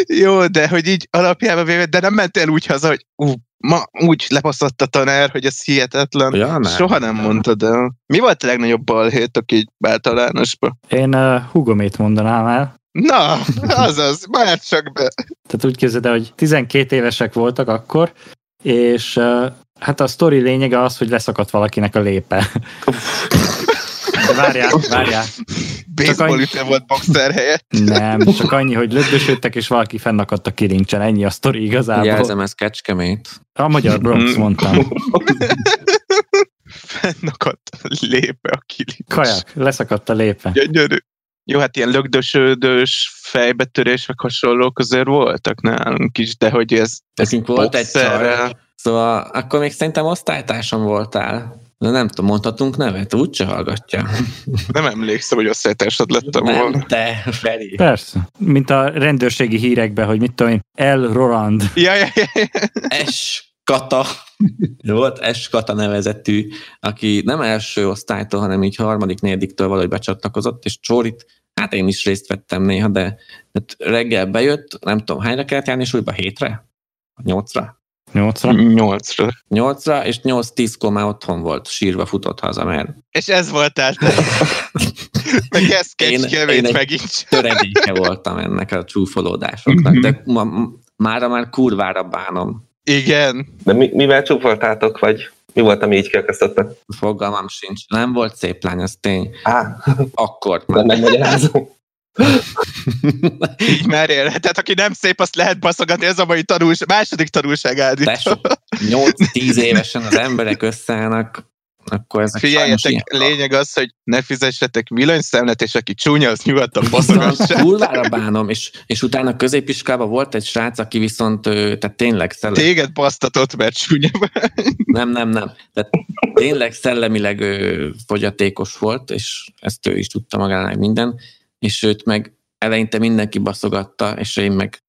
Jó, de hogy így alapjában véve, de nem mentél úgy haza, hogy ú, ma úgy lepasszott a tanár, hogy ez hihetetlen.
ja, nem.
Hát Soha nem mondtad el. Mi volt a legnagyobb balhétok így általánosban?
Én uh, hugomét mondanám el.
Na, azaz, már csak be.
Tehát úgy képzeld el, hogy 12 évesek voltak akkor, és uh, hát a sztori lényege az, hogy leszakadt valakinek a lépe. De várjál, várjál.
Baseball
annyi-
ütő volt boxer helyett.
Nem, csak annyi, hogy lögdösödtek, és valaki fennakadt a kirincsen. Ennyi a sztori igazából.
Jelzem, ez kecskemét.
A magyar Bronx
Mm.
mondtam.
Fennakadt a lépe a kilincs.
Kajak, leszakadt a lépe.
Gyönyörű. Jó, hát ilyen lögdösödős fejbetörés, meg hasonlók azért voltak nálunk is, de hogy ez, ez
Nekünk volt egy
boxerrel-
csaj. Szóval akkor még szerintem osztálytársam voltál. De nem tudom, mondhatunk nevet, úgyse hallgatja.
Nem emlékszem, hogy osztálytársad lettem volna.
Nem, te, Feri.
Persze. Mint a rendőrségi hírekben, hogy mit tudom én, El Roland.
Ja, ja, ja, ja.
S. Kata. Volt S. Kata nevezetű, aki nem első osztálytól, hanem így harmadik, negyediktől valahogy becsatlakozott, és Csorit, hát én is részt vettem néha, de hát reggel bejött, nem tudom, hányra kellett járni, és újba hétre? Nyolcra?
Nyolcra.
Mm. Nyolcra.
Nyolcra, és nyolc tízkor már otthon volt, sírva futott haza, mert
És ez voltál te. Meg ez
Én- én
kecskevét
egy-
megint.
töredéke voltam ennek a csúfolódásoknak, de ma, m- mára már kurvára bánom.
Igen.
De mi, mivel csúfoltátok, vagy mi volt, ami így kiakasztotta?
Fogalmam sincs. Nem volt szép lány, az tény.
Á,
Akkor már.
nem megmagyarázom.
Így már élhet. Tehát aki nem szép, azt lehet baszogatni. Ez a mai tanulság. Második tanulság állít.
Tesó, 8-10 évesen az emberek összeállnak, akkor ezek
Figyeljetek,
sajnos ilyenek.
lényeg az, hogy ne fizessetek villanyszámlát, és aki csúnya, az nyugodtan
Viszont
baszogassák.
kurvára bánom, és, és utána középiskolában volt egy srác, aki viszont, ő, tehát tényleg szellem,
Téged basztatott, mert csúnya vagy.
nem, nem, nem, tehát tényleg szellemileg ő, fogyatékos volt, és ezt ő is tudta magának minden, és őt meg eleinte mindenki baszogatta, és én meg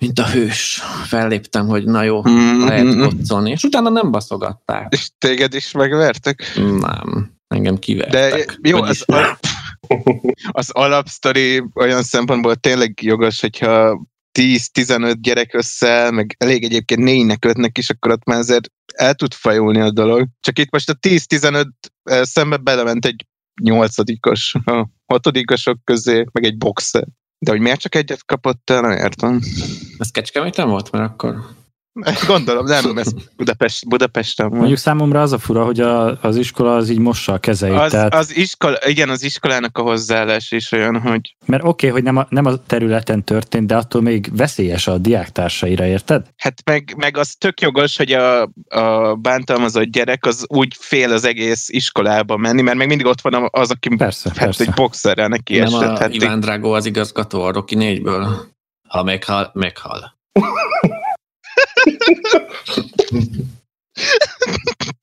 mint a hős felléptem, hogy na jó, lehet
Mm-mm.
koccolni, és utána nem baszogatták.
Mhm. És téged is megvertek.
Nem, engem
De
kivertek.
jó,
Vagyis
az, al- az alapsztori olyan szempontból tényleg jogos, hogyha 10-15 gyerek össze, meg elég egyébként négynek, ötnek is, akkor ott már azért el tud fajulni a dolog. Csak itt most a 10-15 szembe belement egy nyolcadikos, a hatodikosok közé, meg egy boxer. De hogy miért csak egyet kapott el, nem értem.
Ez kecskeméten volt, mert akkor
Gondolom, nem, ez Budapest, Budapesten van.
Mondjuk számomra az a fura, hogy a, az iskola az így mossa a kezeit.
Az,
tehát,
az iskola, igen, az iskolának a hozzáállás is olyan, hogy
Mert oké, okay, hogy nem a, nem a területen történt, de attól még veszélyes a diáktársaira, érted?
Hát meg, meg az tök jogos, hogy a, a bántalmazott gyerek az úgy fél az egész iskolába menni, mert meg mindig ott van az, aki
Persze,
hát
persze.
egy boxerrel neki
nem
esett.
a
Hát így,
Iván Drágó az igazgató a Rocky 4-ből. Ha meghal, meghal.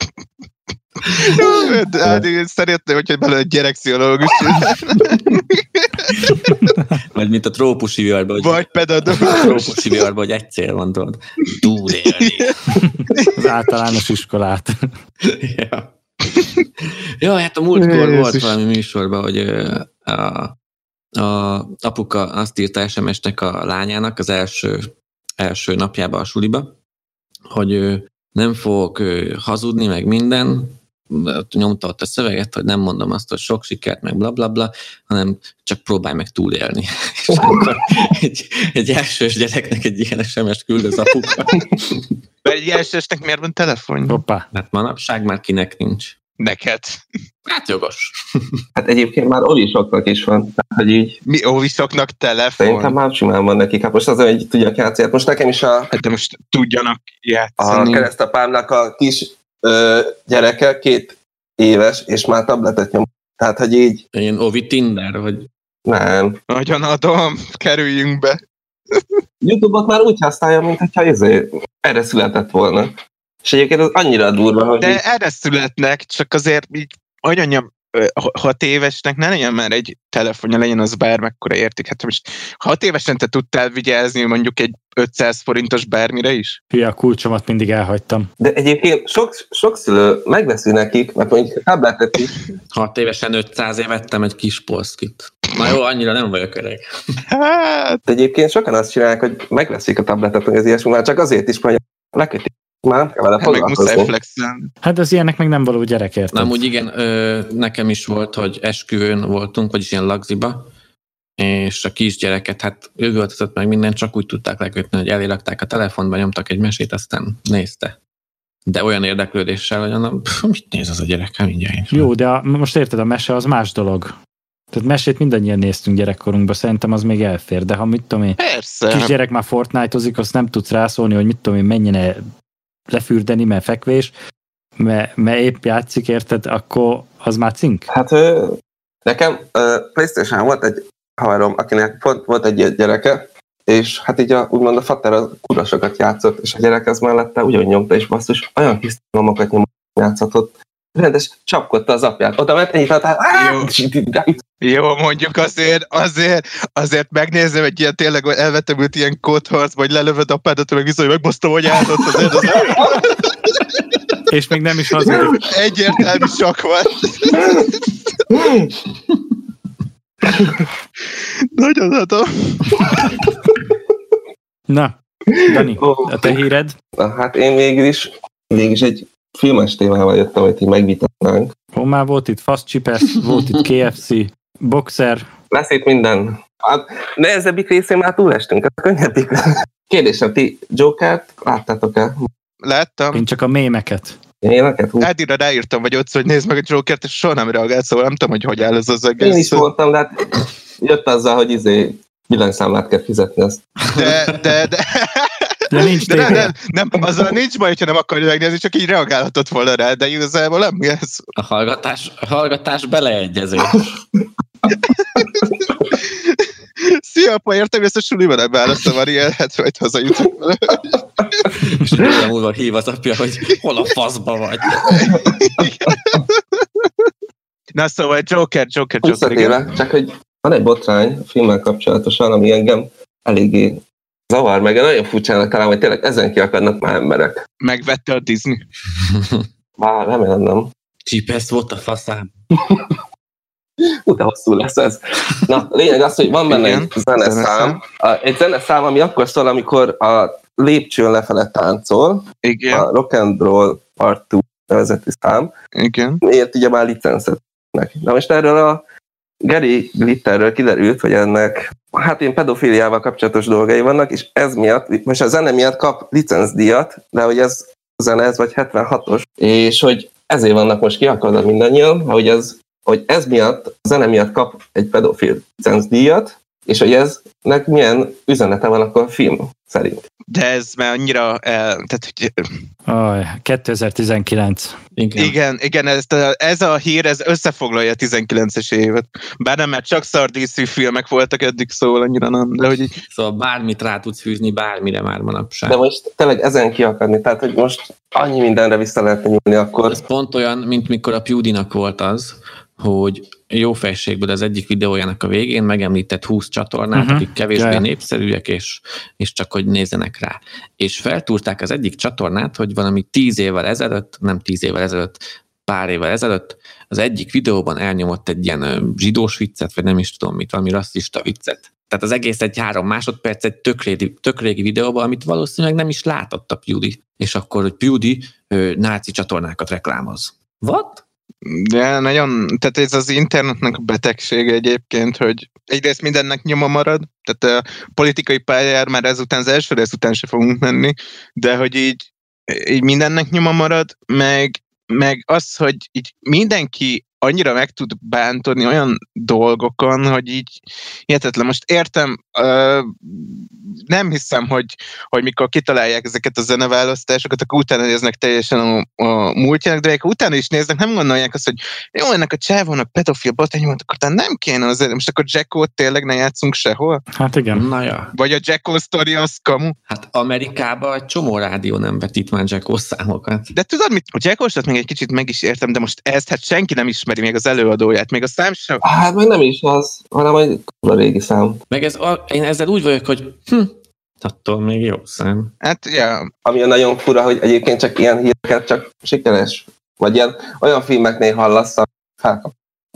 de hát én szeretném, hogyha belőle egy gyerekszilológus,
Vagy mint a trópusi viharban, hogy
vagy
a
pedagógus.
trópusi viharban, hogy egy cél van, tudod. Túlélni.
Az általános iskolát.
ja. ja, hát a múltkor
Jézus.
volt valami műsorban, hogy ö, a, a apuka azt írta SMS-nek a lányának az első, első napjába a suliba, hogy ö, nem fogok ö, hazudni, meg minden, Ott nyomta ott a szöveget, hogy nem mondom azt, hogy sok sikert, meg bla bla bla, hanem csak próbálj meg túlélni. És akkor egy, egy elsős gyereknek egy ilyen SMS-t küld az apuka.
Mert egy elsősnek miért van telefon?
Hoppá.
Hát manapság már kinek nincs.
Neked.
Hát jogos.
Hát egyébként már Oli soknak is van, tehát, hogy így
Mi óvisoknak
szerintem
telefon?
már simán van nekik. Hát most az, hogy tudják játszani. Hát most nekem is a,
Hát de most tudjanak
a
játszani.
keresztapámnak a kis ö, gyereke két éves, és már tabletet nyom. Tehát, hogy így
Ilyen Ovi Tinder, vagy
nem.
Nagyon adom, kerüljünk be.
Youtube-ot már úgy használja, mint hogyha izé, erre született volna. És egyébként az annyira durva, hogy így-
De erre születnek, csak azért így anyanyam ö, ha- hat évesnek ne legyen már egy telefonja, legyen az bármekkora érték. Hát most hat évesen te tudtál vigyázni mondjuk egy 500 forintos bármire is?
Hülye, a kulcsomat mindig elhagytam.
De egyébként sok, sok szülő megveszi nekik, mert mondjuk tabletet is,
6 évesen 500 év vettem egy kis polszkit. Na jó, annyira nem vagyok öreg.
Hát,
de egyébként sokan azt csinálják, hogy megveszik a tabletet, meg az ilyesmi, már csak azért is, mert lekötik, már nem kell vele
hát meg muszáj
foglalkozni.
flexelni.
Hát az ilyenek meg nem való gyerek,
Na
érted?
amúgy igen, ö, nekem is volt, hogy esküvőn voltunk, vagyis ilyen lagziba, és a kisgyereket, hát ő üvöltözött meg minden, csak úgy tudták lekötni, hogy elérakták a telefonba, nyomtak egy mesét, aztán nézte. De olyan érdeklődéssel, hogy mondom, "Pff, mit néz az a gyerek, hát mindjárt. én sem."
Jó, de a, most érted, a mese az más dolog. Tehát mesét mindannyian néztünk gyerekkorunkban, szerintem az még elfér, de ha mit tudom én,
Persze.
kisgyerek már Fortnite-ozik, azt nem tudsz rászólni, hogy mit tudom én, menjen el lefürdeni, mert fekvés, mert, mert épp játszik, érted, akkor az már cink.
Hát ö, nekem ö, Playstation volt egy haverom, akinek pont volt egy ilyen gyereke, és hát így a, úgymond a fater az kurva sokat játszott, és a gyerek az mellette ugyan nyomta, és basszus, olyan hisztalomokat nyomott, játszatott, rendes csapkodta az apját. Oda ment, ennyit adtál,
Jó.
"Á!" és így- így-
Jó, mondjuk azért, azért, azért megnézem egy ilyen tényleg elvetemült ilyen kódharc, vagy lelövöd apádat, meg viszont megbasztom, hogy áldott azért az
És még nem is hazudik.
egyértelmű sok van. Nagyon adom.
Na, Dani,
Ó.
a te híred?
Na, hát én mégis, mégis egy filmes témával jöttem, hogy így megvitatnánk.
Homá volt itt Fast Chipes, volt itt KFC, Boxer.
Lesz itt minden. A nehezebbik részén már túlestünk, a könnyebbik. Kérdésem, ti Jokert láttátok-e?
Láttam.
Én csak a mémeket.
Én neked? Hú,
Edire ráírtam, vagy ott, hogy nézd meg a Jokert, és soha nem reagált, szóval nem tudom, hogy hogy áll ez az
Én is
egész.
voltam, de hát jött azzal, hogy izé villanyszámlát kell fizetni ezt.
De, de, de,
De nincs
de nem, nem,
tévé.
nem, azzal nincs baj, hogyha nem akarja megnézni, csak így reagálhatott volna rá, de igazából nem ez.
A hallgatás, a hallgatás beleegyezés.
Szia, apa, értem, hogy ezt a suliban nem választom, már ilyen, hát majd hazajutok. vele.
És egy óra múlva hív az apja, hogy hol a faszba vagy.
Na szóval Joker, Joker, Joker, igen.
Visszatérve, csak hogy van egy botrány a filmmel kapcsolatosan, ami engem eléggé zavar, meg nagyon furcsának talán, hogy tényleg ezen ki akadnak már emberek.
Megvette a Disney.
Bár remélem nem.
Csipesz volt a faszám.
Ú, de hosszú lesz ez. Na, lényeg az, hogy van benne
Igen,
egy zeneszám. A- Egy zeneszám, ami akkor szól, amikor a lépcsőn lefele táncol,
Igen,
a Rock and Roll Part 2 nevezetű szám,
Ah, igen.
miért ugye már licenszet neki. Na most erről a Gary Glitterről kiderült, hogy ennek hát ilyen pedofiliával kapcsolatos dolgai vannak, és ez miatt, most a zene miatt kap licencdíjat, de hogy ez a zene, ez vagy 76-os, és hogy ezért vannak most kiakadva mindannyian, hogy ez, hogy ez miatt, a zene miatt kap egy pedofil licencdíjat, és hogy eznek milyen üzenete van akkor a film szerint.
De ez már annyira, el, tehát hogy
Aj, 2019.
Igen.
Igen, igen, ez a, ez a hír ez összefoglalja a 19-es évet. Bár nem, mert csak szar DC filmek voltak eddig, szóval annyira nem, de hogy így,
Szóval bármit rá tudsz fűzni, bármire már
De
manapság.
most tényleg ezen kiakadni, tehát hogy most annyi mindenre vissza lehetne nyúlni akkor.
Ez pont olyan, mint mikor a Pewdinak volt az, hogy jó fejségből az egyik videójának a végén megemlített 20 csatornát,
Mhm.
uh-huh. akik kevésbé
Jaj.
népszerűek, és, és csak hogy nézzenek rá. És feltúrták az egyik csatornát, hogy valami 10 évvel ezelőtt, nem 10 évvel ezelőtt, pár évvel ezelőtt az egyik videóban elnyomott egy ilyen ö, zsidós viccet, vagy nem is tudom mit, valami rasszista viccet. Tehát az egész egy három másodperc egy tök régi, tök régi videóban, amit valószínűleg nem is látott a PewDie. És akkor, hogy PewDie ö, náci csatornákat reklámoz. What?
de nagyon, tehát ez az internetnek a betegsége egyébként, hogy egyrészt mindennek nyoma marad, tehát a politikai pályára már ezután, az első rész után se fogunk menni, de hogy így, így mindennek nyoma marad, meg, meg az, hogy így mindenki annyira meg tud bántani olyan dolgokon, hogy így hihetetlen. Most értem, ö, nem hiszem, hogy, hogy mikor kitalálják ezeket a zeneválasztásokat, akkor utána néznek teljesen a, a múltjának, de akkor utána is néznek, nem gondolják azt, hogy jó, ennek a csávónak pedofil botrány volt, akkor talán nem kéne az most akkor Jacko tényleg ne játszunk sehol?
Hát igen.
Na ja.
Vagy a Jacko sztori az kamu?
Hát Amerikában egy csomó rádió nem vetít már Jacko számokat.
De tudod mit? A Jackosot még egy kicsit meg is értem, de most ezt hát senki nem ismeri, még az előadóját, még a szám sem.
Hát meg nem is az, hanem egy kurva régi szám.
Meg ez, a- én ezzel úgy vagyok, hogy hm, attól még jó szám.
Hát, ja,
Ami a nagyon fura, hogy egyébként csak ilyen híreket csak sikeres. Vagy ilyen, olyan filmeknél hallasz, a- hát,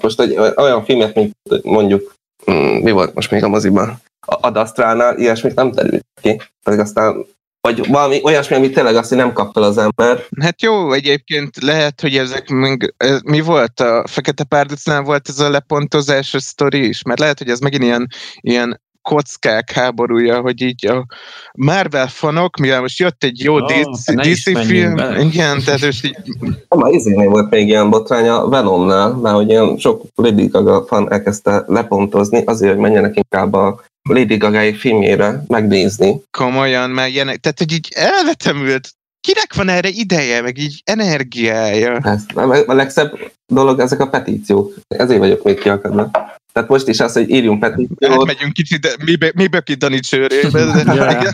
most egy, olyan filmet, mint mondjuk, mm, mi volt most még a moziban? A Adasztránál ilyesmit nem terült ki. Pedig aztán, vagy valami olyasmi, amit tényleg azt, hogy nem kapta az ember.
hát jó, egyébként lehet, hogy ezek még, ez, mi volt a Fekete Párducnál volt ez a lepontozásos sztori is, mert lehet, hogy ez megint ilyen, ilyen kockák háborúja, hogy így a Marvel fanok, mivel most jött egy jó
Ó,
DC,
ne is
DC
menjünk
film,
bele.
igen, tehát most így
Nem, Már izénél volt még ilyen botrány a Venomnál, mert hogy ilyen sok Lady Gaga fan elkezdte lepontozni azért, hogy menjenek inkább a Lady Gaga filmjére megnézni.
komolyan, mert ilyenek, tehát hogy így elvetemült, kinek van erre ideje, meg így energiája?
Persze. Hát, A a legszebb dolog ezek a petíciók. Ezért vagyok még kiakadva. Tehát most is az, hogy írjunk petíciót.
Átmegyünk kicsit, de mibe, mibe ki Dani csőrébe. De,
Ja.
igen,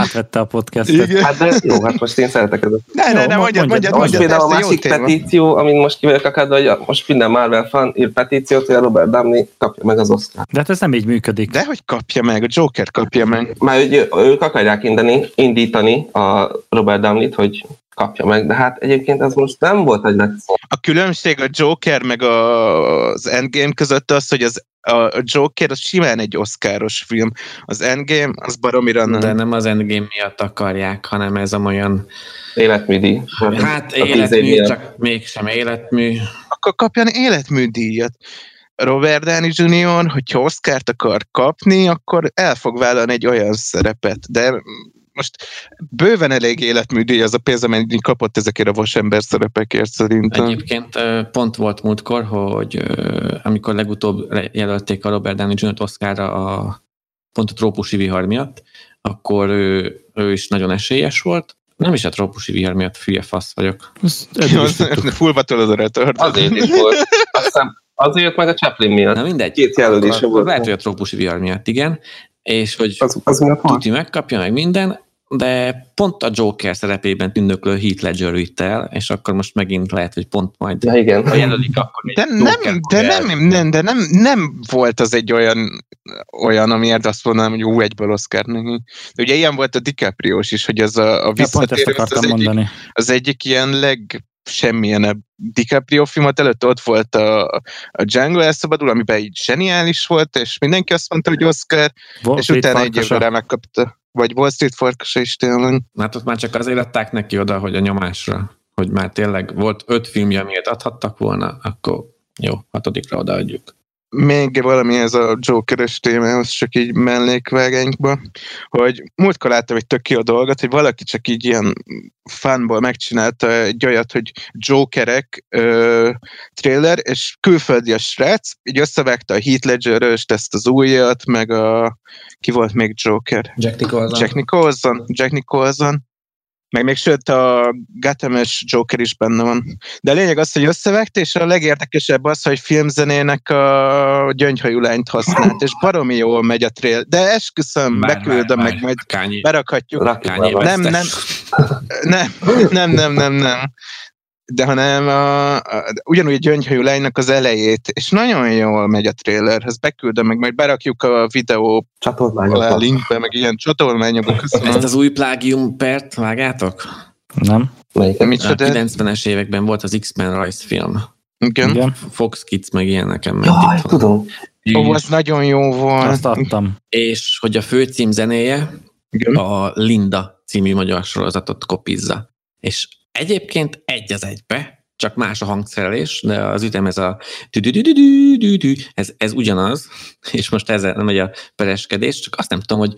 Átvette a podcastet.
igen.
Hát de jó, hát most én szeretek ezeket.
Ne,
jó,
ne, ne,
mond-
mondjad,
mondjad,
mondjad,
Most
mondjad,
például a
persze, jó
másik
téma.
petíció, amin most ki vagyok akadva, hogy a- most minden Marvel fan ír petíciót, hogy a Robert Downey kapja meg az Oscar.
De hát ez nem így működik.
De hogy kapja meg, a Joker kapja meg.
Már hogy ők akarják indani, indítani a Robert Downey-t, hogy kapja meg, de hát egyébként ez most nem volt egy nagy szó.
A különbség a Joker meg a, az Endgame között az, hogy az, a a Joker az simán egy oszkáros film. Az Endgame az baromira nem.
De nem az Endgame miatt akarják, hanem ez a olyan,
életműdi.
hát
tíz év
életmű,
miatt.
csak mégsem életmű.
Akkor kapjon életműdíjat. Robert Downey Jr., hogyha Oscar-t akar kapni, akkor el fog vállalni egy olyan szerepet. De most bőven elég életműdíj az a pénz, amennyit kapott ezekért a vasember szerepekért szerintem.
Egyébként ö, pont volt múltkor, hogy ö, amikor legutóbb re- jelölték a Robert Downey Jr. Oscarra a pont a trópusi vihar miatt, akkor ő, ő is nagyon esélyes volt. Nem is a trópusi vihar miatt, fülye fasz vagyok.
Ezt eddig is tudtuk.
Fullba tolod a retort.
Azért is volt. Azt hiszem, azért jött meg a Chaplin miatt.
Na mindegy.
Hát Két jelölés
Akkor-
volt.
Lehet, hogy a trópusi vihar miatt, igen. És hogy
Az, az miatt volt?
Tuti megkapja, meg minden, de pont a Joker szerepében tündöklő Heath Ledger vitt el, és akkor most megint lehet, hogy pont majd
Ja, igen.
ha jelölik, akkor egy
De
Joker
nem, de
koreás.
nem, nem, de nem, nem volt az egy olyan, olyan, amiért azt mondanám, hogy ú, egyből Oscar neki. De ugye ilyen volt a dicaprio is, hogy az a, a
Ja, pont ezt
visszatérő az,
akartam
egyik,
mondani.
az egyik ilyen leg semmilyenebb DiCaprio filmet előtt ott volt a, a Django elszabadul, amiben így zseniális volt, és mindenki azt mondta, hogy Oscar,
Wall
és
Street
utána egy
farkasa.
évre rá megkapta. Vagy Wall Street farkasa is tényleg.
Hát ott már csak azért adták neki oda, hogy a nyomásra, hogy már tényleg volt öt filmje, amiért adhattak volna, akkor jó, hatodikra odaadjuk.
még valami ez a Jokeres témához, csak így mellékvágányba, hogy múltkor láttam egy tök jó dolgot, hogy valaki csak így ilyen fanból megcsinálta egy olyat, hogy Jokerek ö, trailer, és külföldi a srác, így összevágta a Heath ledger ezt az újat, meg a ki volt még Joker?
Jack Nicholson.
Jack Nicholson? Jack Nicholson. Meg még sőt a Gothames Joker is benne van. De a lényeg az, hogy összevegt, és a legérdekesebb az, hogy filmzenének a gyöngyhajú lányt használt, és baromi jól megy a trail. De esküszöm,
Várj,
beküldöm,
várj,
meg
várj.
majd
Kanye,
berakhatjuk.
Rakjuk
Kanye
már be.
West-es.
Nem, nem. Nem, nem, nem, nem, nem. De hanem a, a, ugyanúgy a gyöngyhajú lánynak az elejét, és nagyon jól megy a trailer, ezt beküldöm, meg majd berakjuk a videó alá
Csatolmányok.
linkbe, meg ilyen csatolmányokba, köszönöm.
Ezt az új plágium pert vágjátok?
Nem?
Melyiket?
A
Micsoda?
90-es években volt az X-Men rajzfilm.
Igen.
Igen.
Fox Kids meg ilyeneken ment
Jaj,
itthon.
tudom.
Ó, az nagyon jó volt.
Azt adtam.
És hogy a főcím zenéje
Igen.
a Linda című magyar sorozatot kopizza. És egyébként egy az egybe, csak más a hangszerelés, de az ütem ez a tüdüdüdüdüdüdü, ez, ez ugyanaz, és most ezzel nem megy a pereskedés, csak azt nem tudom, hogy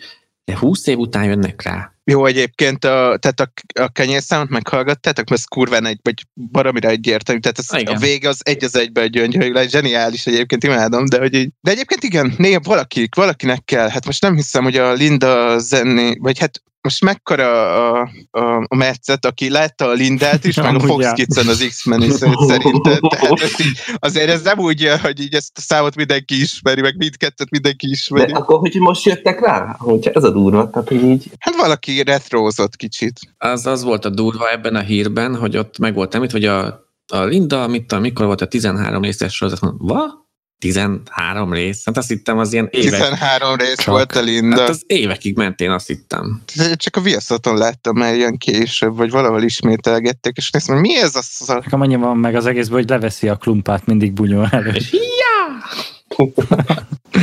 de 20 év után jönnek rá.
Jó egyébként, a, tehát a, a kenyérszámot meghallgattátok, mert ez kurván egy, vagy baromira egyértelmű, tehát ez
Igen.
a vége az egy az egybe a gyöngyhölgy, zseniális egyébként, imádom, de hogy így. De egyébként igen, néha valakik, valakinek kell, hát most nem hiszem, hogy a Linda zené, vagy hát most mekkora a, a, a Mercet, aki látta a Lindát is, meg a
Amúgy
Fox
já.
Kids-en az X-Men is szerintem. Tehát ezt így, azért ez nem úgy jön, hogy így ezt a számot mindenki ismeri, meg mindkettőt mindenki
De
ismeri.
akkor, hogy most jöttek rá? Hogy ez a durva, tehát hogy így
Hát valaki retrózott kicsit.
Az, az volt a durva ebben a hírben, hogy ott meg volt említ, hogy a, a Linda, mit tudom, mikor volt a 13 részes sorozat, mondom, va? 13 rész? Hát azt hittem az ilyen évek.
13 rész
Csak.
volt a Linda.
Hát
Hát
az évekig ment, én azt hittem.
Csak a Viaszaton láttam el ilyen később, vagy valahol ismételgették, és néztem, mi ez a szar?
Nekem annyi van meg az egészből, hogy leveszi a klumpát mindig bunyó előtt.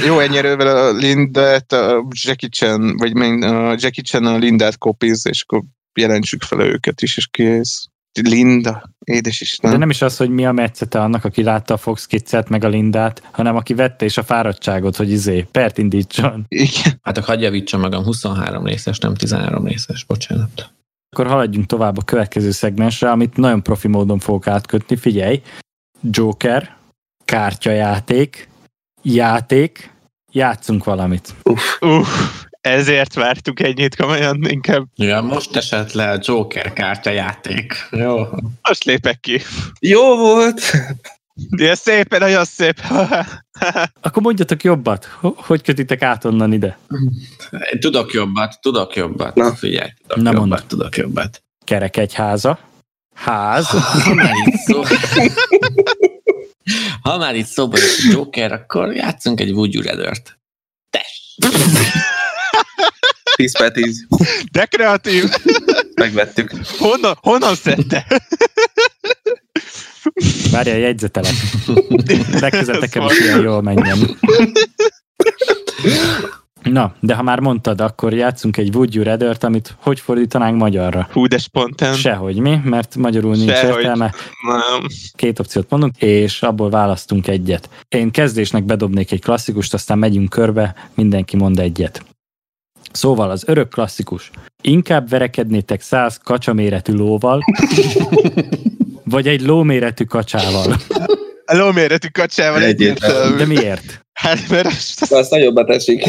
Jó ennyi erővel a Lindát, a Jackie Chan, vagy men- a Jackie Chan a Lindát kopiz, és akkor jelentsük fel őket is, és kész. Linda, édes
De
Isten.
nem is az, hogy mi a metszete annak, aki látta a Fox Kids-et, meg a Lindát, hanem aki vette és a fáradtságot, hogy izé, pert indítson.
Igen.
Hát akkor hagyj javítsam magam, 23 részes, nem 13 részes, bocsánat.
Akkor haladjunk tovább a következő szegmensre, amit nagyon profi módon fogok átkötni. Figyelj! Joker, kártyajáték, játék, játszunk valamit.
Uff, ezért vártuk ennyit komolyan, inkább
Ja, most esett le a Joker kártyajáték. Jó.
most lépek ki.
jó volt.
Ilyen szépen, nagyon szép.
Akkor mondjatok jobbat, Ho- hogy kötitek át onnan ide?
Tudok jobbat, tudok jobbat.
Na.
Na. Figyelj, tudok
Na,
jobbat,
mondd.
tudok jobbat.
Kerekegyháza, ház,
Ha már itt szó... Ha már itt szóba jött a Joker, akkor játszunk egy Would You Rather-t.
10 per 10.
De kreatív.
Megvettük.
Honnan, honnan szedte?
Várjál, jegyzetelek. Legközelebb
Ez
nekem
van.
is ilyen jól menjen. Na, de ha már mondtad, akkor játszunk egy Would You rather amit hogy fordítanánk magyarra?
Hú, de spontán.
Sehogy mi, mert magyarul nincs
Sehogy.
értelme.
Nem.
Két opciót mondunk, és abból választunk egyet. Én kezdésnek bedobnék egy klasszikust, aztán megyünk körbe, mindenki mond egyet. Szóval az örök klasszikus. Inkább verekednétek száz kacsaméretű lóval, vagy egy lóméretű kacsával.
A lóméretű kacsával
Egyértelmű.
De
egyértelmű.
miért?
Hát, mert azt
De azt nagyobbat esik.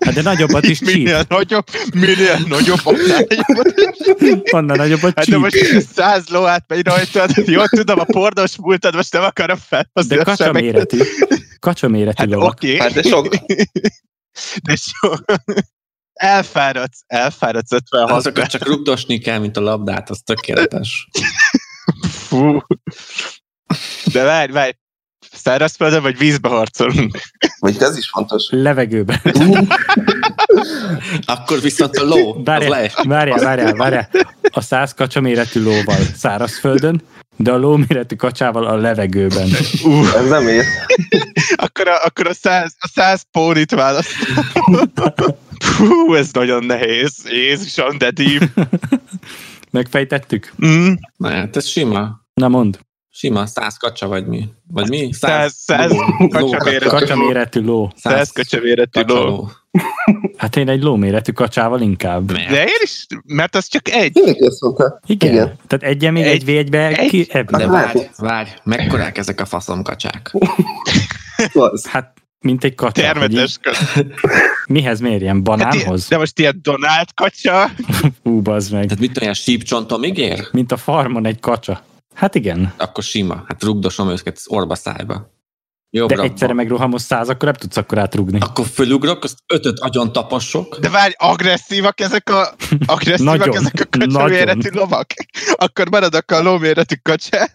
Hát de nagyobbat is csíp.
minél nagyobb, minél nagyobb, annál nagyobb.
Annál nagyobbat
Hát
csíp.
de most száz ló átmegy rajtad, jól tudom, a pornos múltad most nem akarom felhozni.
de
a
kacsa
semmit.
méretű. Kacsa méretű
Hát
lovak.
oké,
Hát de sok.
de sok. elfáradsz, elfáradsz 56
Azokat csak rugdosni kell, mint a labdát, az tökéletes.
Fú. De várj, várj. Szárazföldön vagy vízbe harcolunk?
Vagy ez is fontos.
Levegőben.
Akkor viszont a ló, az
Várjál,
le.
várjál, várjál, várjál. A száz kacsa méretű lóval szárazföldön, de a ló méretű kacsával a levegőben.
Ú,
Ez nem ér.
akkor a, akkor a száz, a száz pónit választ. Hú, ez nagyon nehéz. Jézusom, de deep.
Megfejtettük?
Mm,
Na, hát ez sima.
Na mond.
Sima, száz kacsa vagy mi? Vagy mi?
száz, száz
ló- ló-
kacsa méretű.
Kacsa méretű ló.
Száz kacsa méretű
kacsa
ló.
ló.
Hát én egy ló méretű kacsával inkább.
Mert-
De én is, mert az csak egy.
Mindenki ezt mondta.
Igen. Igen.
Igen.
Tehát egy még egy,
Egy-
V1-be
egy-
ki
De
ebből.
várj, várj, mekkorák ezek a faszomkacsák?
Az.
Hát, mint egy kacsa. hogy így-
Termetes kacsa.
Mihez mérjen?
Hát ilyen-
Banánhoz?
De most ilyen Donald kacsa.
Hú, bazd meg.
Tehát mit olyan sípcsontom ígér?
Mint a farmon egy kacsa. Hát igen,
Akkor sima. Hát rugdosom őket az orba szájba. Jobbra.
de egyszerre megruhamos száz, akkor nem tudsz akkor átrugni.
Akkor fölugrok, azt ötöt agyon taposok.
De várj, agresszívak ezek a, agresszívak
Nagyon,
ezek a
nagyon.
kacsa méretű lovak. Akkor maradok a ló méretű kacsán.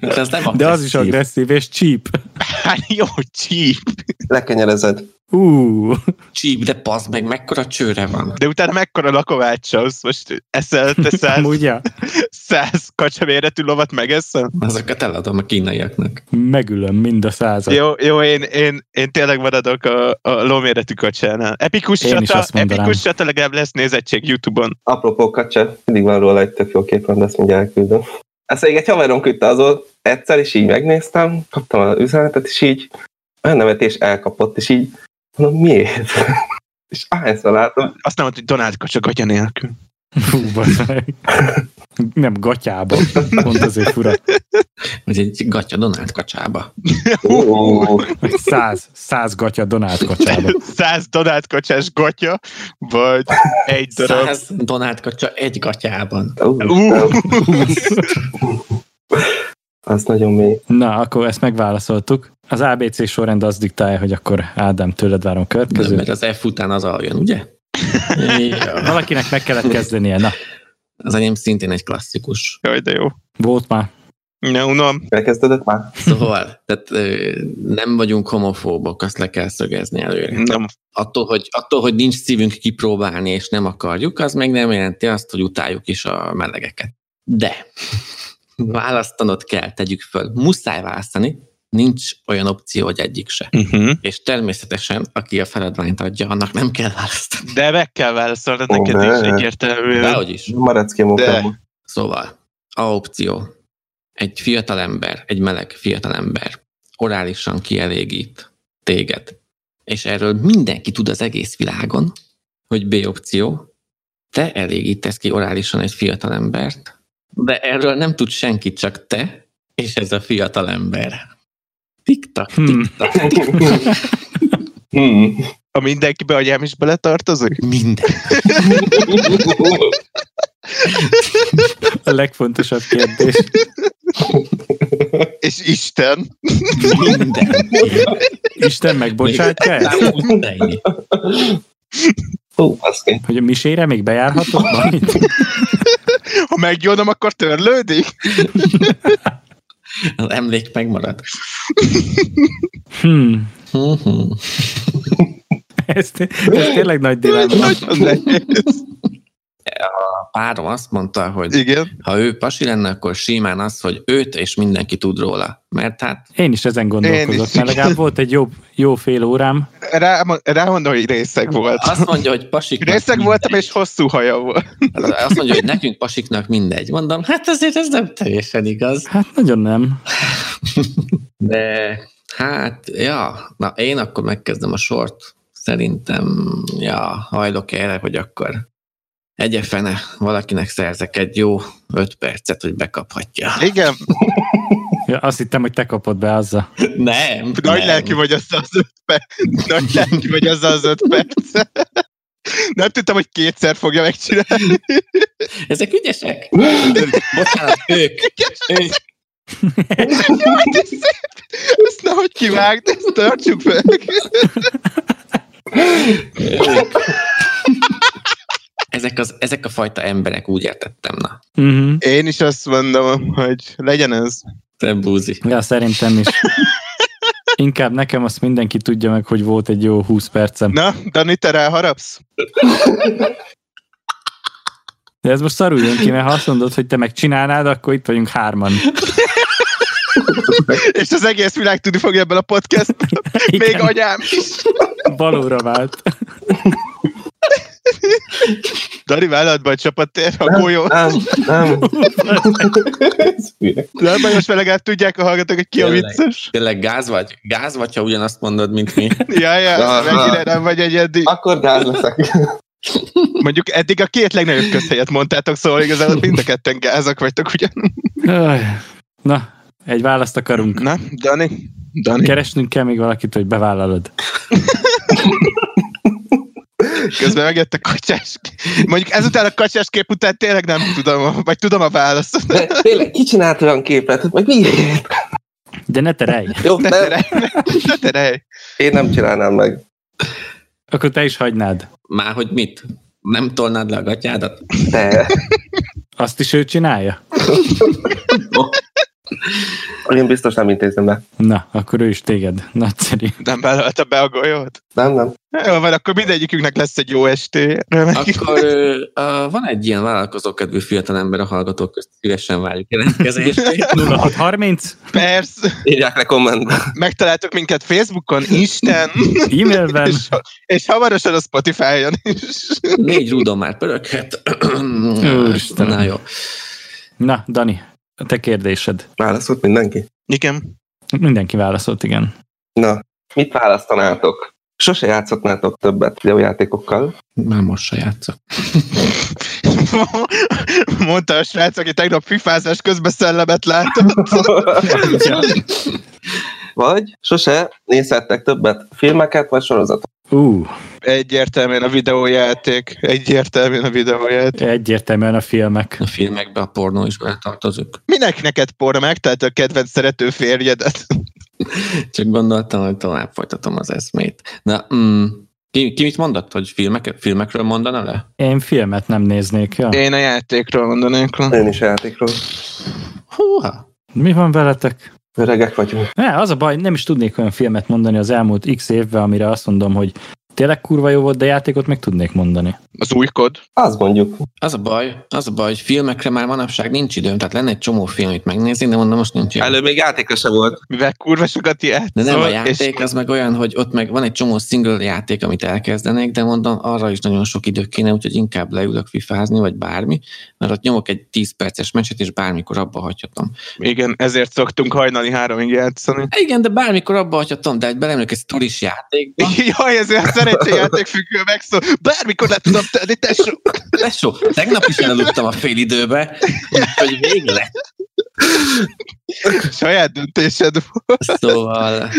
Hát ez nem
De az is
agresszív.
agresszív és csíp.
Hát jó, csíp.
Lekenyerezed.
Ú,
Csíp, de pazd meg, mekkora csőre van.
De utána mekkora lakovácsolsz? Most eszel, te száz,
amúgy ja,
száz kacsa méretű lovat megeszem?
Azokat eladom a kínaiaknak.
megülöm mind a százat.
Jó, jó én, én, én tényleg maradok a, a lóméretű kacsánál. Epikus
Én is
csata,
azt mondanám.
epikus csata legalább lesz nézettség YouTube-on.
Apropó kacsa, mindig van róla egy tök jó képen, de ezt mindjárt elküldöm. Ezt még egy haverom küldte azon egyszer, és így megnéztem, kaptam az üzenetet, és így olyan nevetés elkapott, és így mondom, miért? és ahányszor látom,
Azt nem mondta, hogy Donald kacsa gatya nélkül.
Hú, bazd meg. Nem, gatyába. Pont azért fura.
Vagy egy gatya Donald kacsába.
ó,
Száz, száz gatya Donald kacsába.
Száz Donald kacsás gatya, vagy egy darab.
Száz Donald kacsa egy gatyában.
ó,
Ú,
az nagyon mély.
Na, akkor ezt megválaszoltuk. Az ABC sorrend az diktálja, hogy akkor Ádám tőled várom a
Nem,
következő.
mert az F után az aljön, ugye? Ja.
Valakinek meg kellett kezdenie. Na,
Az enyém szintén egy klasszikus.
jaj, de jó.
volt már.
Ne unom.
Elkezdődött már?
Szóval, tehát ö, nem vagyunk homofóbok, azt le kell szögezni előre.
Nem.
attól hogy, attól, hogy nincs szívünk kipróbálni, és nem akarjuk, az még nem jelenti azt, hogy utáljuk is a melegeket. De választanod kell, tegyük föl. Muszáj választani, nincs olyan opció, hogy egyik se.
Uh-huh.
És természetesen, aki a feladványt adja, annak nem kell választani.
De meg kell válaszolnod
Ó,
neked
ne.
is egyértelműen.
Dehogy is.
Maradsz ki a munkában.
Szóval, a opció. Egy fiatal ember, egy meleg fiatal ember orálisan kielégít téged. És erről mindenki tud az egész világon, hogy B opció, te elégítesz ki orálisan egy fiatal embert, de erről nem tud senki, csak te és ez a fiatal ember. Tiktak,
Hmm.
tiktak, hmm.
Hmm.
A mindenki beagyám is beletartozik?
minden.
A legfontosabb kérdés.
És Isten.
Minden.
Isten megbocsátja ezt?
Minden.
Ó, baszki.
Hogy a misére még bejárhatok? Valamit?
Ha meggyónom, akkor törlődik?
Az emlék megmarad.
Hmm.
Mhm.
Ez, té- ez tényleg nagy dilemma.
Nagyon nehéz.
A párom azt mondta, hogy
Igen.
ha ő pasi lenne, akkor simán az, hogy őt és mindenki tud róla. Mert hát
Én is ezen
Én
gondolkozok,
is.
mert legalább volt egy jó, jó fél órám.
Rá, rámondom, hogy részeg volt.
azt mondja, hogy pasiknak
Részeg voltam,
mindegy.
és hosszú haja volt.
Azt mondja, hogy nekünk pasiknak mindegy. Mondom, hát azért ez nem teljesen igaz.
Hát nagyon nem.
De hát, ja, na én akkor megkezdem a sort. Szerintem, ja, hajlok erre, hogy akkor egyefene E valakinek szerzek egy jó öt percet, hogy bekaphatja.
Igen,
Ja, azt hittem, hogy te kapod be azzal.
Nem.
nagy
nem.
lelki vagy az az öt perc. Nagy lelki vagy az az öt perc. Nem tudtam, hogy kétszer fogja megcsinálni.
Ezek ügyesek? Bocsánat, ők. ők.
Jaj, de szép! Ezt nehogy kivágd, ezt tartsuk meg.
ők. ezek, az, ezek a fajta emberek, úgy értettem, na.
Uh-huh.
Én is azt mondom, hogy legyen ez.
Te búzi.
Ja, szerintem is. Inkább nekem azt mindenki tudja meg, hogy volt egy jó 20 percem.
Na, Dani, te ráharapsz?
De ez most szarul jön ki, mert ha azt mondod, hogy te megcsinálnád, akkor itt vagyunk hárman.
És az egész világ tudni fogja ebben a podcast, még
Igen,
anyám is.
balóra vált.
Dani, vállalt be a csapatért, akkor jó.
Nem, nem. Ez hülye.
Nem, mert most már legalább tudják a hallgatók, hogy ki a
Tényleg.
vicces.
Tényleg gáz vagy? Gáz vagy, ha ugyanazt mondod, mint mi?
Ja, ja,
Aha.
mennyire nem vagy egyedi.
Akkor gáz leszek.
Mondjuk eddig a két legnagyobb közhelyet mondtátok, szóval igazából mind a ketten gázak vagytok, ugye?
Jaj. Na, egy választ akarunk.
Na, Dani? Dani,
Keresnünk kell még valakit, hogy bevállalod.
közben megjött a kacsás. Mondjuk ezután a kacsás kép után tényleg nem tudom, vagy tudom a választ.
De tényleg, ki csinált olyan képet? Meg miért?
De ne terelj!
Jó,
Ne
nem,
terelj, ne terelj.
én nem csinálnám meg.
Akkor te is hagynád.
Már hogy mit? Nem tolnád le a gatyádat?
De
Azt is ő csinálja?
én biztos nem intézem be.
Na, akkor ő is téged. Nagyszerű.
Nem vállalta be a golyót.
Nem, nem.
Jó van, akkor mindegyikünknek lesz egy jó esté. Remek.
Akkor ö, ö, van egy ilyen vállalkozókedvű fiatalember a hallgatók közt, szívesen várjuk jelentkezést.
0630,
Persze,
Írják le kommentbe.
megtaláltok minket Facebookon, Isten,
e-mailben.
és, és hamarosan a Spotify-on is.
Négy rúdon már pöröghet.
Úristenem.
Na jó.
Na, Dani, a te kérdésed.
Válaszolt mindenki?
Igen.
Mindenki válaszolt, igen.
Na, mit választanátok? Sose játszhatnátok többet videójátékokkal.
Már most se játszok.
Mondta a srác, aki tegnap fifázás közben szellemet látott.
Vagy sose nézhettek többet filmeket vagy sorozatot.
Ú,
Egyértelműen a videójáték. Egyértelműen a videójáték.
egyértelműen a filmek.
A filmekbe a pornó is beletartozik.
Minek neked porra megtalált a kedvenc szerető férjedet?
Csak gondoltam, hogy tovább folytatom az eszmét. Na, mm, ki, ki mit mondott, hogy filmek, filmekről mondana le?
Én filmet nem néznék, ja?
Én a játékról mondanék.
Én is játékról.
Húha!
Mi van veletek?
Öregek vagyunk.
Ne, az a baj, nem is tudnék olyan filmet mondani az elmúlt x évben, amire azt mondom, hogy tényleg kurva jó volt, de játékot meg tudnék mondani.
Az újkod.
Azt mondjuk.
Az a baj, az a baj, hogy filmekre már manapság nincs időm, tehát lenne egy csomó film, amit megnézni, de mondom, most nincs időm.
Előbb még játéka se volt.
Mivel kurva sokat játszol.
De nem a
és-
játék, az meg olyan, hogy ott meg van egy csomó single játék, amit elkezdenék, de mondom, arra is nagyon sok idő kéne, úgyhogy inkább leülök fifázni, vagy bármi, mert ott nyomok egy 10 perces meccset, és bármikor abba hagyhatom.
Igen, ezért szoktunk hajnali háromig játszani.
Igen, de bármikor abba hagyhatom, de egy belemegyek egy sztoris játékba.
Jaj, ez olyan szerencsejáték függő megszól. Bármikor le tudom tenni, tesó.
Lesó, tegnap is elaludtam a fél időbe, úgyhogy még lett.
Saját döntésed. volt.
Szóval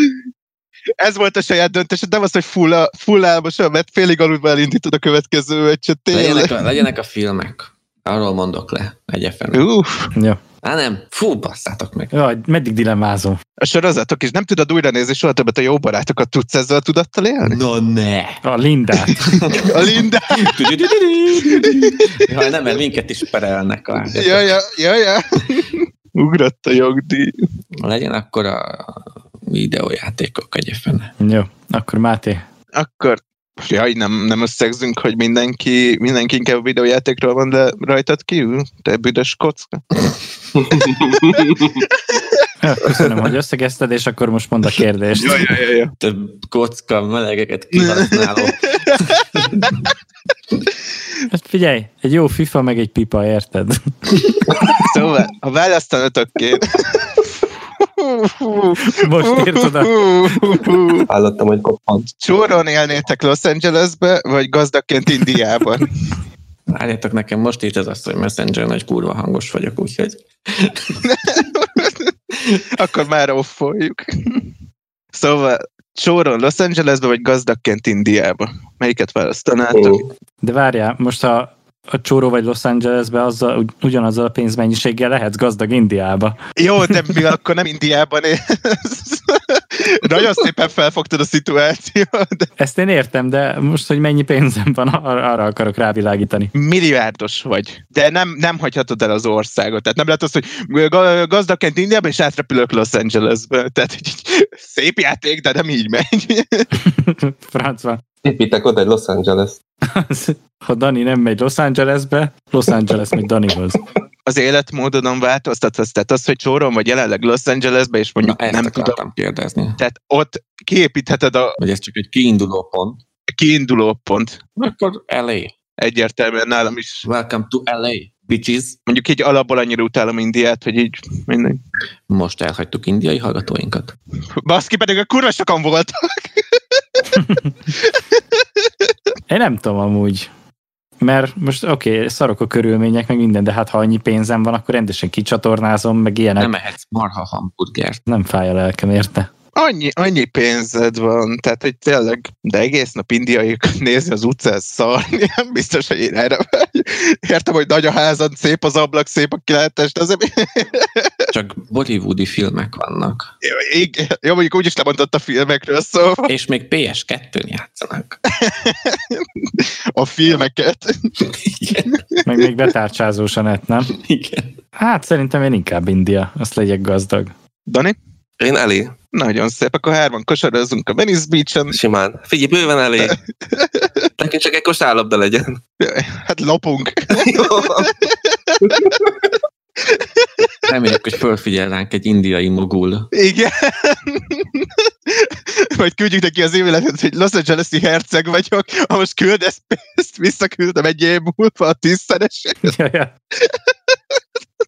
Ez volt a saját döntésed, nem az, hogy full, a- full álmosan, mert félig aludva elindítod a következő meccset. Tényleg.
legyenek a, legyenek a filmek. Arról mondok le egy fm
Uff.
Ja.
Á nem, fú, basszátok meg.
Jaj, meddig dilemmázom?
A sorozatok is nem tudod újra nézni soha többet a jó barátokat. Tudsz ezzel a tudattal élni?
No ne!
A Lindát.
A Linda.
Jaj, nem, mert minket is perelnek. várjatok.
Jaj, jaj, jaj. Ugrott a jogdíj.
Legyen akkor a videójátékok egyébként.
jó, akkor Máté.
Akkor Jaj, nem, nem összegzünk, hogy mindenki, mindenki inkább videójátékról van, de rajtad kívül? Te büdös kocka.
Ja, Köszönöm, hogy összegezted, és akkor most mondd a kérdést.
jaj, jaj, jaj.
Több kocka melegeket kihasználó.
Hát figyelj, egy jó FIFA, meg egy pipa, érted?
Szóval, ha választanatok két...
Most érted a...
Hallottam, hogy koppant.
Csóron élnétek Los Angelesbe, vagy gazdagként Indiában?
Várjátok nekem, most írt az azt, hogy messenger hogy kurva hangos vagyok, úgyhogy
Akkor már offoljuk. Szóval, csóron Los Angelesbe, vagy gazdagként Indiába? Melyiket választanátok?
Ó,
De várjál, most ha a csóró vagy Los Angelesbe azzal, ugy- ugyanazzal a pénzmennyiséggel lehetsz gazdag Indiába.
Jó, de mi akkor nem Indiában élsz? Nagyon szépen felfogtad a szituációt. de
Ezt én értem, de most, hogy mennyi pénzem van, ar- arra akarok rávilágítani.
Milliárdos vagy, de nem, nem hagyhatod el az országot. Tehát nem lehet az, hogy ga- gazdagként Indiában és átrepülök Los Angelesbe. Tehát hogy így, szép játék, de nem így megy.
Francba.
Építek oda egy Los Angeles.
Ha Dani nem megy Los Angelesbe, Los Angeles megy Danihoz.
Az életmódodon változtathatsz. Tehát az, hogy csóron vagy jelenleg Los Angelesbe,
Na,
és mondjuk
ezt
nem
nem akartam
tudom.
tudom. kérdezni,
Tehát ott kiépítheted a
hogy ez csak egy kiinduló pont.
kiinduló pont.
Akkor LA.
Egyértelműen nálam is.
Welcome to LA, bitches.
Mondjuk így alapból annyira utálom Indiát, hogy így mindegy.
Most elhagytuk indiai hallgatóinkat.
Baszki pedig a kurva sokan volt.
Én nem tudom amúgy. Mert most oké, okay, szarok a körülmények, meg minden, de hát ha annyi pénzem van, akkor rendesen kicsatornázom, meg ilyenek.
Nem,
Nem,
nem ehetsz marha hamburgert.
nem fáj a lelkem, érte?
Annyi, annyi pénzed van, tehát hogy tényleg, de egész nap indiaiak nézni az utcán szar, nem biztos, hogy én erre vagy. Értem, hogy nagy a házad, szép az ablak, szép a kilátás, de azért...
Csak bollywoodi filmek vannak.
Igen, Jó, mondjuk úgyis lemondott a filmekről, szóval
És még PS2-n játszanak.
a filmeket.
Igen.
Meg még betárcsázós a net, nem?
Igen.
Hát szerintem én inkább India, azt legyek gazdag.
Dani?
Én elé.
Nagyon szép, akkor hárman kosarozunk a Venice Beach-en,
Simán. Figyelj, bőven elé. Nekem csak egy kosárlabda legyen.
hát lopunk.
Jó.
Reméljük, hogy fölfigyel ránk egy indiai mogul.
Igen. Majd küldjük neki az e-mailet, hogy Los Angeles-i herceg vagyok, ha most küldesz pénzt, visszaküldöm egy év múlva a tízszeresét.
Ja, ja.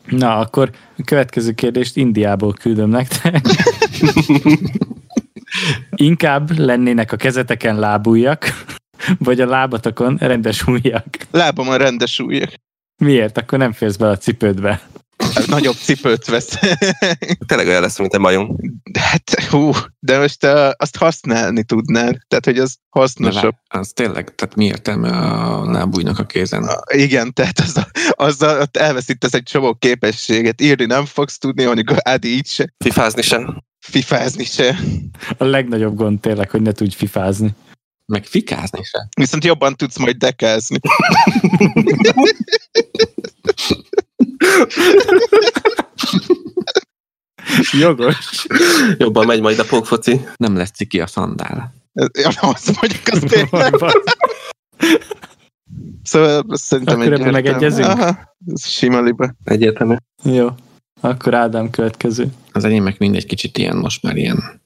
Na, akkor a következő kérdést Indiából küldöm nektek. Inkább lennének a kezeteken lábújak, vagy a lábatokon rendes ujjak.
Lábamon rendes újjak.
Miért? Akkor nem férsz bele a cipődbe.
Nagyobb cipőt vesz.
Tényleg olyan lesz, mint egy majom.
De hát, hú, de most uh, azt használni tudnád. Tehát, hogy az
De
hasznosabb.
vá- az tényleg, tehát mi értelme a lábújnak a kézen?
Igen, tehát az, az, ott elveszítesz egy csomó képességet. Írni nem fogsz tudni, mondjuk Adi így se,
Fifázni sem.
fifázni se.
A legnagyobb gond tényleg, hogy ne tudj fifázni.
Meg fikázni se.
Viszont jobban tudsz majd dekázni.
Jogos.
Jobban megy majd a pókfoci.
Nem lesz ciki a szandál.
Ja, Azt mondjuk, az tényleg. Szóval azt szerintem
Akkor ebben
egyértelmű.
megegyezünk?
Aha, ez sima liba.
Egyértelmű.
Jó. Akkor Ádám következő.
Az enyémek mindegy kicsit ilyen most már ilyen.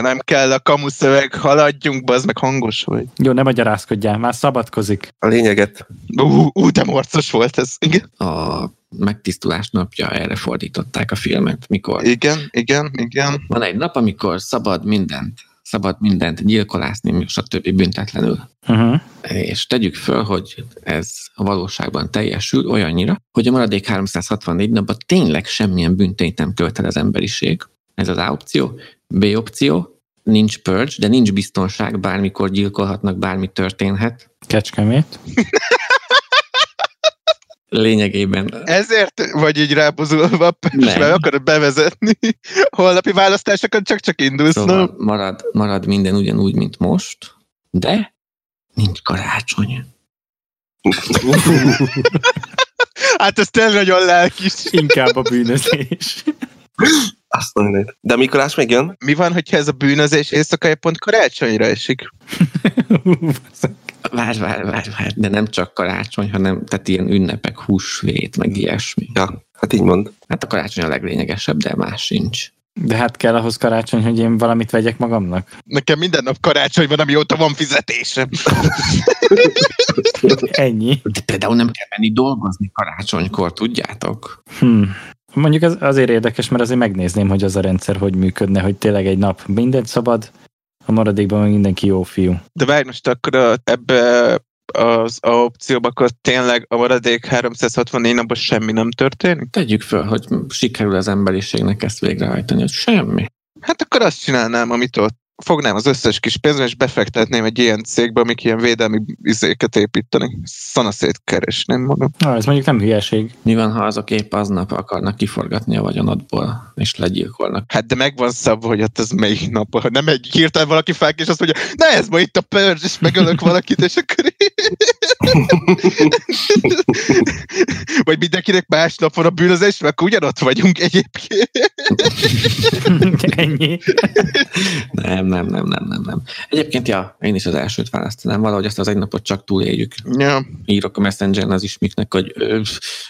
Nem kell a kamuszöveg, haladjunk, bazd meg hangos vagy.
Jó, ne magyarázkodjál, már szabadkozik.
A lényeget.
Ú, ú, de morcos volt ez. Igen,
A megtisztulás napja erre fordították a filmet, mikor
igen, igen. igen.
van egy nap, amikor szabad mindent, szabad mindent gyilkolászni, stb. büntetlenül.
Uh-huh.
És tegyük föl, hogy ez a valóságban teljesül olyannyira, hogy a maradék 364 napban tényleg semmilyen büntényt nem követel az emberiség. Ez az A opció. B opció, nincs purge, de nincs biztonság, bármikor gyilkolhatnak, bármi történhet.
Kecskemét.
Lényegében
Ezért vagy így rábuzulva, persze,
Nem.
mert akarod bevezetni. Holnapi választásokon csak-csak indulsz, szóval.
szóval marad, marad minden ugyanúgy, mint most, de nincs karácsony.
Hát ez tényleg nagyon lelkis.
Inkább a bűnözés.
Azt mondod. De Mikulás még jön?
Mi van, hogyha ez a bűnözés éjszakai pont karácsonyra esik?
Várj, várj, várj, várj, de nem csak karácsony, hanem tehát ilyen ünnepek, húsvét, meg ilyesmi.
Ja, hát így mond.
Hát a karácsony a leglényegesebb, de más sincs.
De hát kell ahhoz karácsony, hogy én valamit vegyek magamnak.
Nekem minden nap karácsony van, amióta van fizetésem.
Ennyi.
De például nem kell menni dolgozni karácsonykor, tudjátok?
Hmm. Mondjuk az azért érdekes, mert azért megnézném, hogy az a rendszer hogy működne, hogy tényleg egy nap mindent szabad, a maradékban meg mindenki jó fiú.
De várj most akkor a, ebbe az a opcióba, akkor tényleg a maradék 364 napban semmi nem történik?
Tegyük föl, hogy sikerül az emberiségnek ezt végrehajtani, hogy semmi.
Hát akkor azt csinálnám, amit ott fognám az összes kis pénzem, és befektetném egy ilyen cégbe, amik ilyen védelmi izéket építeni. Szanaszét keresném magam.
Na, ez mondjuk nem hülyeség.
Mi van, ha azok épp aznap akarnak kiforgatni a vagyonodból, és legyilkolnak?
Hát de megvan szabva, hogy hát ez melyik nap, ha nem egy hirtelen valaki fel, és azt mondja, na ez ma itt a pörzs, és megölök valakit, és akkor... Vagy mindenkinek másnap van a bűnözés, mert akkor ugyanott vagyunk egyébként.
Ennyi.
Nem, nem, nem, nem, nem, nem. Egyébként, ja, én is az elsőt választanám. Valahogy azt az egy napot csak túléljük.
Ja,
Írok a messengeren az ismiknek, hogy ö,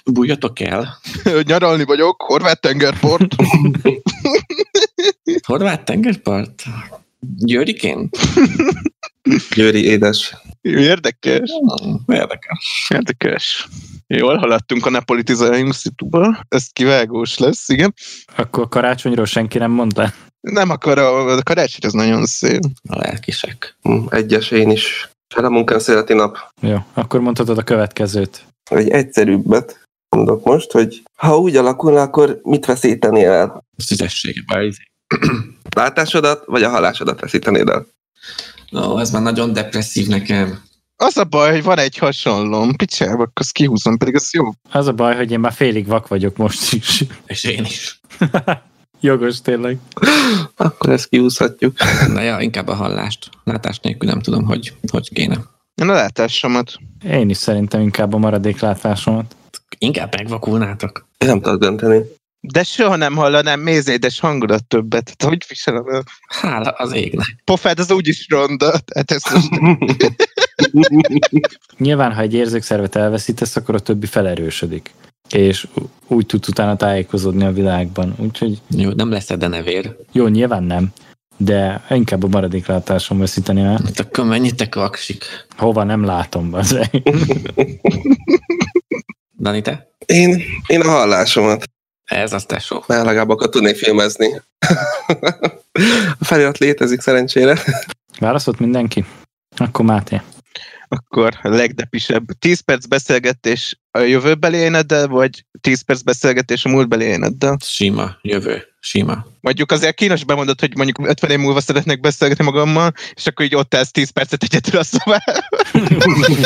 bújjatok el.
nyaralni vagyok, horvát tengerport.
Horvát tengerpart? Győriként?
Győri édes.
Érdekes.
Hmm, Érdekes.
Érdekes. Jól haladtunk a ne politizáljunk szituba. Ez kivágós lesz, igen.
Akkor karácsonyról senki nem mondta.
Nem akar a, a karácsony, az nagyon szép.
A lelkisek.
Hm, Egyes én is. Hát a munkám széleti nap.
Jó, akkor mondhatod a következőt.
Egy egyszerűbbet mondok most, hogy ha úgy alakulna, akkor mit veszítenél el?
Szüzessége. bár izé.
Látásodat, vagy a halásodat veszítenéd el?
Ó, ez már nagyon depresszív nekem.
Az a baj, hogy van egy hasonlóm. Picsába, akkor azt kihúzom, pedig az jó.
Az a baj, hogy én már félig vak vagyok most is.
És én is.
Jogos tényleg.
Akkor ezt kiúszhatjuk.
Na ja, inkább a hallást. Látás nélkül nem tudom, hogy hogy kéne.
Én a látásomat.
Én is szerintem inkább a maradék látásomat.
Inkább megvakulnátok.
Én nem tudok dönteni.
De soha nem hallanám mézédes hangodat többet. Tehát hogy viselem el?
Hála az égnek.
Pofád az úgyis ronda. Hát ez most...
Nyilván, ha egy érzékszervet elveszítesz, akkor a többi felerősödik. És ú- úgy tud utána tájékozódni a világban. Úgyhogy
Jó, nem lesz a denevér.
jó, nyilván nem. De inkább a maradék látásom veszíteni el.
Hát akkor menjetek aksik.
Hova nem látom, az
Dani, te?
Én, én a hallásomat.
Ez az tesó.
Már legalább akkor tudnék filmezni. a felirat létezik szerencsére.
Válaszolt mindenki? Akkor Máté.
akkor a legdepisebb. 10 perc beszélgetés a jövőbeli éneddel, vagy 10 perc beszélgetés a múltbeli éneddel?
Sima, jövő, sima.
Mondjuk azért kínos bemondod, hogy mondjuk 50 év múlva szeretnék beszélgetni magammal, és akkor így ott állsz 10 percet egyedül a szobában.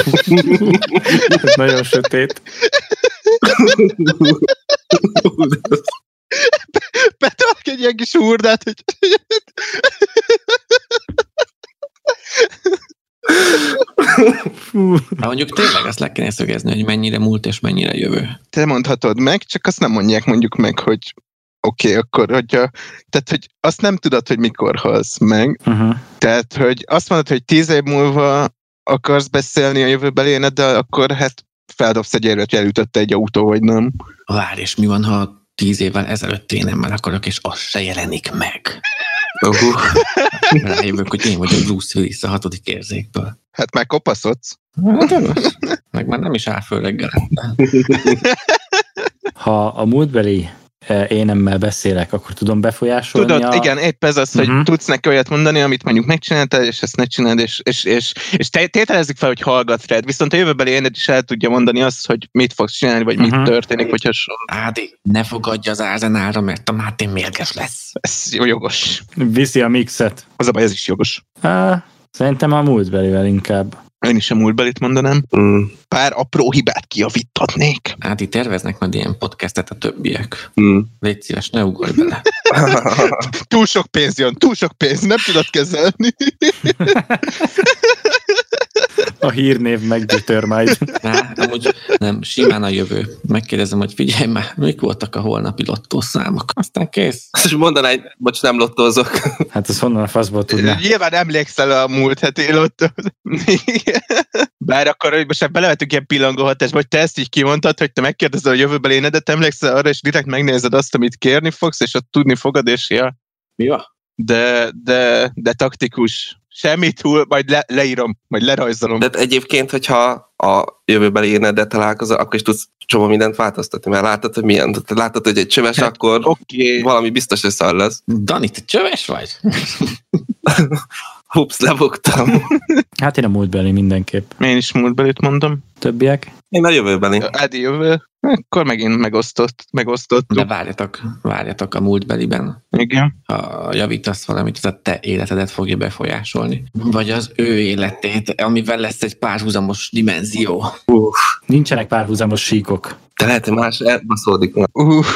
Ez nagyon sötét.
Betolok egy ilyen kis hurdát, hogy
Fú.
Na mondjuk tényleg azt le kéne szögezni, hogy mennyire múlt és mennyire jövő.
te mondhatod meg, csak azt nem mondják mondjuk meg, hogy oké, okay, akkor hogyha... Tehát, hogy azt nem tudod, hogy mikor halsz meg.
Uh-huh.
Tehát, hogy azt mondod, hogy 10 év múlva akarsz beszélni a jövőbeli éneddel, akkor hát feldobsz egy érvet, hogy elütötte egy autó, vagy nem.
Várj, és mi van, ha tíz évvel ezelőtt én nem akarok, és az se jelenik meg.
Uh,
Rájövök, hogy én vagyok Bruce Willis a hatodik érzékből.
Hát már kopaszodsz.
Hát Meg már nem is áll föl reggel.
Ha a múltbeli eh, énemmel beszélek, akkor tudom befolyásolni
Tudod,
a...
igen, épp ez az, hogy
Mhm.
uh-huh. tudsz neki olyat mondani, amit mondjuk megcsináltál, és ezt ne csináld, és, és, és, és te, tételezzük fel, hogy hallgat rád, viszont a jövőbeli éned is el tudja mondani azt, hogy mit fogsz csinálni, vagy uh-huh.
Mhm.
mit történik, vagy hasonló.
Ádi, ne fogadja az Ázenára, mert a Máté mérges lesz.
Ez jó, jogos.
Viszi a mixet.
Az a baj, ez is jogos.
Á, szerintem a múltbelivel inkább.
Én is a múltbelit mondanám.
mm,
Pár apró hibát kiavítatnék.
Ádi, terveznek majd ilyen podcastet a többiek.
mm.
Légy szíves, ne ugorj bele.
Túl sok pénz jön, túl sok pénz, nem tudod kezelni.
A hírnév meggyötör majd.
Á, amúgy nem, simán a jövő. Megkérdezem, hogy figyelj már, mik voltak a holnapi lottószámok. Aztán kész.
És mondaná, hogy bocs, nem lottózok.
Hát az honnan a faszból tudná?
Nyilván emlékszel a múlt heti ott. Bár akkor, hogy most már belevetünk ilyen pillangóhatásba, hogy te ezt így kimondtad, hogy te megkérdezed a jövőbeli énedet, emlékszel arra, és direkt megnézed azt, amit kérni fogsz, és ott tudni fogod, és ja,
Mi van?
de, de, de taktikus. Semmi túl, majd le, leírom, majd lerajzolom.
De egyébként, hogyha a jövőbeli éneddel találkozol, akkor is tudsz csomó mindent változtatni, mert látod, hogy milyen. Tehát Látod, hogy egy csöves,
Hát,
akkor
Oké.
valami biztos, hogy szar lesz.
Dani, te csöves vagy?
Hups, lebuktam.
Hát én a múltbeli mindenképp.
Én is múltbelőt mondom.
Többiek?
Én a jövőbeli.
Ádi jövő. Akkor megint megosztott, megosztottuk.
De várjatok, várjatok a múltbeliben.
Igen.
Ha javítasz valamit, az a te életedet fogja befolyásolni. Vagy az ő életét, amivel lesz egy párhuzamos dimenzió.
Nincsenek párhuzamos síkok.
De lehet, hogy más elbaszódik. Na,
Uh,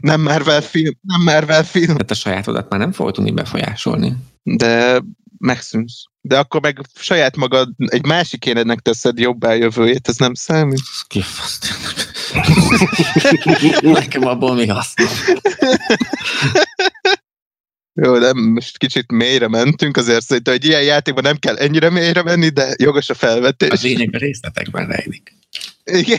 nem Marvel film, nem Marvel film.
Tehát a sajátodat már nem fogod tudni befolyásolni.
De megszűnsz. De akkor meg saját magad, egy másik énednek teszed jobbá a jövőjét, ez nem számít.
Kifaszt. Nekem abból mi haszna?
Jó, nem, most kicsit mélyre mentünk, azért szerintem egy ilyen játékban nem kell ennyire mélyre menni, de jogos a
A
felvetés.
lényeg a részletekben rejlik.
Igen.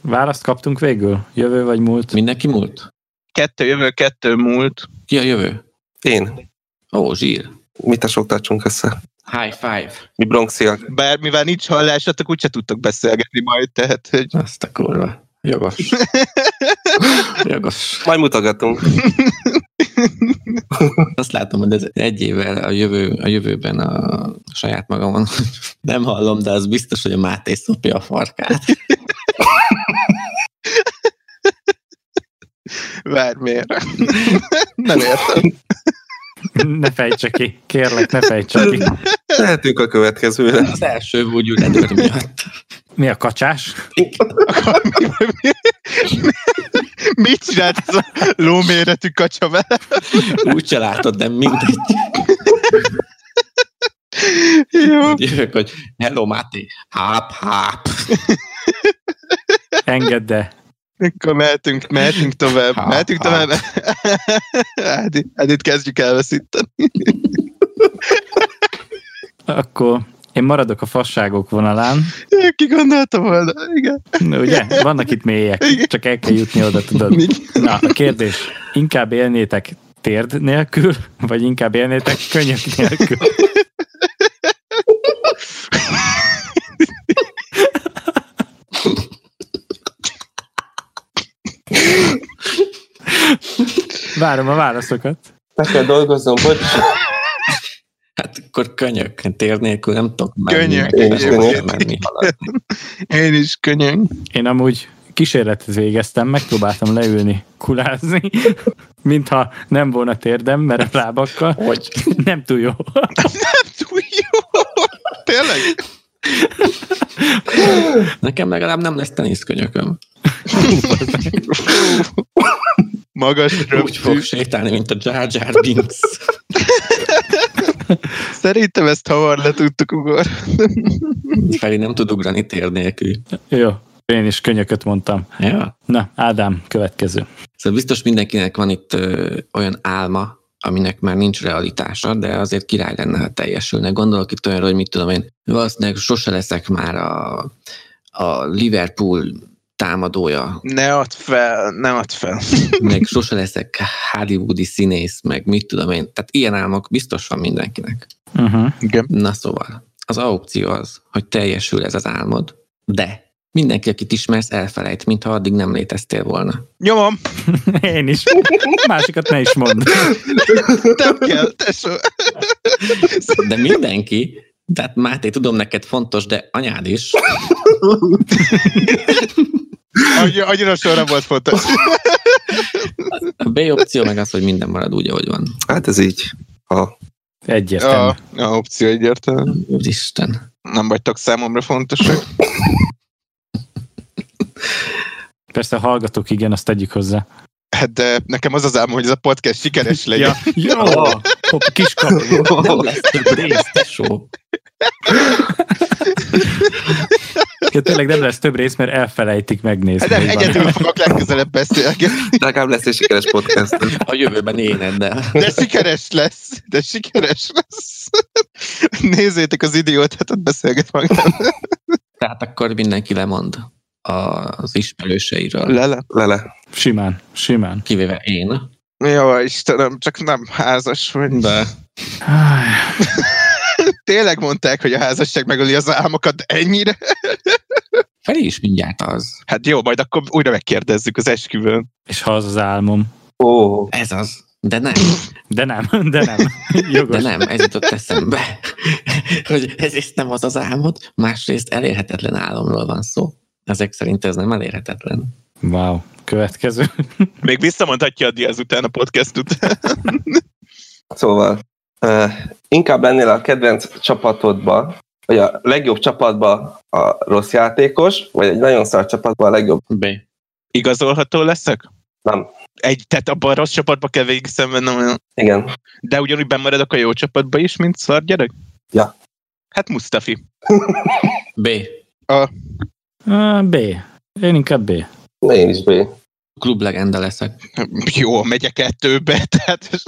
Választ kaptunk végül? Jövő vagy múlt?
Mindenki múlt?
Kettő jövő, kettő múlt.
Ki a jövő?
Én.
Ó, zsír.
Mit a sok tartsunk össze?
High five.
Mi bronxiak.
Bár mivel nincs hallásatok, úgyse tudtok beszélgetni majd, tehát hogy
Azt a kurva. Jogos. Jogos.
Majd mutogatunk.
Azt látom, hogy ez egy évvel a, jövő, a jövőben a saját magamon nem hallom, de az biztos, hogy a Máté szopja a farkát.
bármiért. nem értem.
Ne fejtse ki. Kérlek, ne fejtse ki.
Lehetünk a következőre.
Az első úgy üledőr miatt.
Mi a kacsás?
Mit csinált ez a lóméretű kacsa vele?
Úgy se látod, de mindegy.
Jó.
Hogy jövök, hogy hello Máté, háp, háp,
Engedd el.
Akkor mehetünk, mehetünk tovább.
Ha,
mehetünk
ha.
tovább. Hát Ádi, Ádit kezdjük elveszíteni.
Akkor én maradok a fasságok vonalán.
Ki gondolta volna? Igen.
Ugye? Vannak itt mélyek. Csak el kell jutni oda, tudod. Na, a kérdés. Inkább élnétek térd nélkül, vagy inkább élnétek könyök nélkül? Várom a válaszokat.
Meg kell dolgoznom, bocs.
Hát akkor könyök, tér nélkül nem tudok menni.
Könyök,
meg nem tudok
könyök.
menni, haladni.
Én is könnyen.
Én amúgy kísérletet végeztem, megpróbáltam leülni, kulázni, mintha nem volna térdem, mert a lábakkal
Hogy?
nem túl jó.
Nem túl jó. Tényleg?
Nekem legalább nem lesz teniszkönyököm.
Magas
Úgy fog
röptű.
sétálni, mint a Jar Jar Binks.
Szerintem ezt hamar le tudtuk ugor.
Feli nem tud ugrani tér nélkül.
Jó, én is könyököt mondtam.
Ja.
Na, Ádám, következő.
Szóval biztos mindenkinek van itt ö, olyan álma, aminek már nincs realitása, de azért király lenne, ha teljesülne. Gondolok itt olyanra, hogy mit tudom én, valószínűleg sose leszek már a, a Liverpool támadója,
Ne add fel, ne add fel.
meg sose leszek hollywoodi színész, meg mit tudom én. Tehát ilyen álmok biztos van mindenkinek.
Uh-huh.
Igen.
Na szóval, az opció az, hogy teljesül ez az álmod, de mindenki, akit ismersz, elfelejt, mintha addig nem léteztél volna.
Nyomom,
Én is. Másikat ne is mondd.
nem kell, tesó.
De mindenki, tehát Máté, tudom neked fontos, de anyád is,
Annyi- Annyira sorra volt fontos.
a B opció meg az, hogy minden marad úgy, ahogy van.
Hát ez így. Ha
Egyértelmű.
A, Ah, a opció egyértelmű.
Úristen.
Nem vagytok számomra fontosak.
Persze a hallgatók igen, azt tegyük hozzá.
Hát de nekem az az álmom, hogy ez a podcast sikeres legyen.
Ja, jó! Hopp, kis kapu.
Nem lesz több rész, tesó.
Ja, tényleg nem lesz több rész, mert elfelejtik megnézni.
Hát nem,
hogy van.
egyedül fogok legközelebb beszélgetni.
legalább lesz egy sikeres podcast.
A jövőben éneddel.
De sikeres lesz. De sikeres lesz. Nézzétek az idiótát, ott beszélget magam.
Tehát akkor mindenki lemond az ismerőseiről.
Lele.
Lele.
Simán, simán.
Kivéve én.
Jó, Istenem, csak nem házas vagy.
De
Áj,
Tényleg mondták, hogy a házasság megöli az álmokat de ennyire?
Feli is mindjárt az.
Hát jó, majd akkor újra megkérdezzük az esküvőn.
És ha az az álmom.
Ó,
Ez az. De nem,
De nem, de nem. Jogos.
de nem, ez jutott eszembe, hogy egyrészt nem az az álmod, másrészt elérhetetlen álomról van szó. Ezek szerint ez nem elérhetetlen.
Wow, következő.
Még visszamondhatja a Diaz után a podcast után.
Szóval uh, inkább lennél a kedvenc csapatodba, vagy a legjobb csapatba a rossz játékos, vagy egy nagyon szar csapatba a legjobb.
B.
Igazolható leszek?
Nem.
Egy, tehát abban a rossz csapatba kell végig szenvednem, olyan-
Igen.
de ugyanúgy bemaradok a jó csapatba is, mint szar gyerek?
Ja.
Hát Mustafi.
B.
Á, B. Én inkább B.
Én is B.
Klublegenda leszek.
Jó, megyek kettőbe, tehát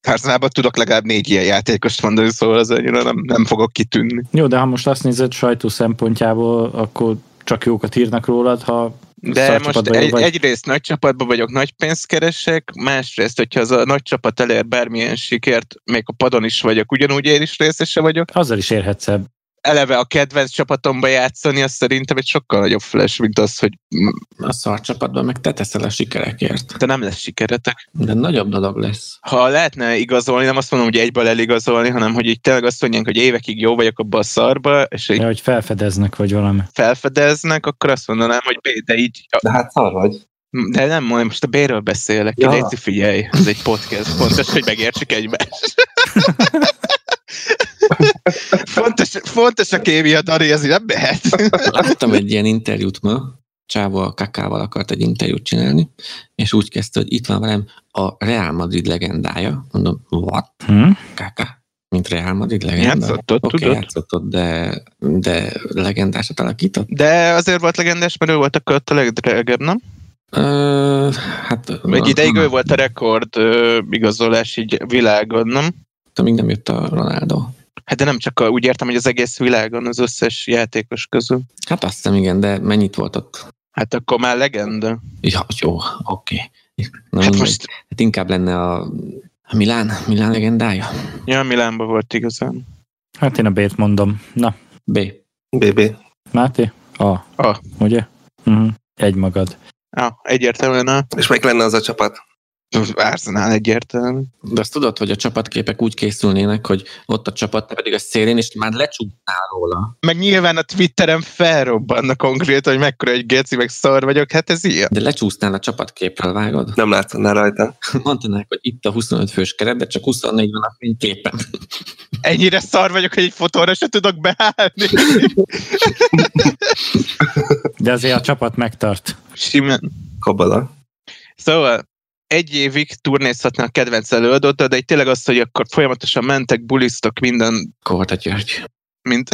Tarzánban tudok legalább négy ilyen játékost mondani, szóval az annyira nem, nem fogok kitűnni.
Jó, de ha most azt nézed sajtó szempontjából, akkor csak jókat írnak rólad, ha
De
szar
most
csapatban jó
egy,
vagy.
egyrészt nagy csapatban vagyok, nagy pénzt keresek, másrészt, hogyha az a nagy csapat elér bármilyen sikert, még a padon is vagyok, ugyanúgy én is részese vagyok.
azzal is érhetsz el.
Eleve a kedvenc csapatomba játszani, az szerintem egy sokkal nagyobb flash, mint az, hogy mm,
A szar csapatban meg te teszel a sikerekért.
te nem lesz sikeretek.
De nagyobb dolog lesz.
ha lehetne igazolni, nem azt mondom, hogy egyből eligazolni, hanem hogy így tényleg azt mondják, hogy évekig jó vagyok abban a szarba, és így
Ja, hogy felfedeznek, vagy valami.
felfedeznek, akkor azt mondanám, hogy B, de így,
De hát szar vagy.
de nem, majd most a B-ről beszélek,
Ja.
ja. légy figyelj, ez egy podcast, fontos, hogy megértsük egymást. fontos, fontos a kémia, Dani, ez így nem mehet.
Láttam egy ilyen interjút ma, Csávó a Kakával akart egy interjút csinálni, és úgy kezdte, hogy itt van velem a Real Madrid legendája. Mondom, what?
Hm? Káka.
Kaka? Mint Real Madrid legenda?
Játszott ott,
Oké,
tudod?
játszott ott, de, de legendásat alakított?
De azért volt legendás, mert ő volt akkor ott a legdrágább, nem?
Ö, hát...
Egy ideig ő volt a rekord ö, igazolás így világon, nem?
Még nem jött a Ronaldo.
Hát de nem csak a, úgy értem, hogy az egész világon az összes játékos közül.
Hát azt hiszem, igen, de mennyit volt ott?
Hát akkor már legenda.
Ja, jó, oké. Na,
Hát
mindegy.
most
hát inkább lenne a, a Milán, Milán legendája.
ja, Milánban volt igazán.
Hát én a B-t mondom. Na,
B.
BB.
Máté? A.
A.
Ugye? Uh-huh. Egy magad.
Ah, egyértelműen a
És melyik lenne az a csapat?
Arsenal egyértelmű.
De azt tudod, hogy a csapatképek úgy készülnének, hogy ott a csapat, te pedig a szélén, és már lecsúsztál róla.
Meg nyilván a Twitteren felrobbanna konkrétan, hogy mekkora egy geci, meg szar vagyok. Hát ez ilyen.
De lecsúsztál a csapatképről, vágod?
Nem látszanál rajta.
Mondanák, hogy itt a 25 fős keret, de csak 24 van a fényképen.
Ennyire szar vagyok, hogy egy fotóra se tudok beállni.
De azért a csapat megtart.
Simán.
Kabala.
Szóval egy évig turnézhatna a kedvenc előadót, de egy tényleg az, hogy akkor folyamatosan mentek, bulisztok minden,
Korta György.
mint,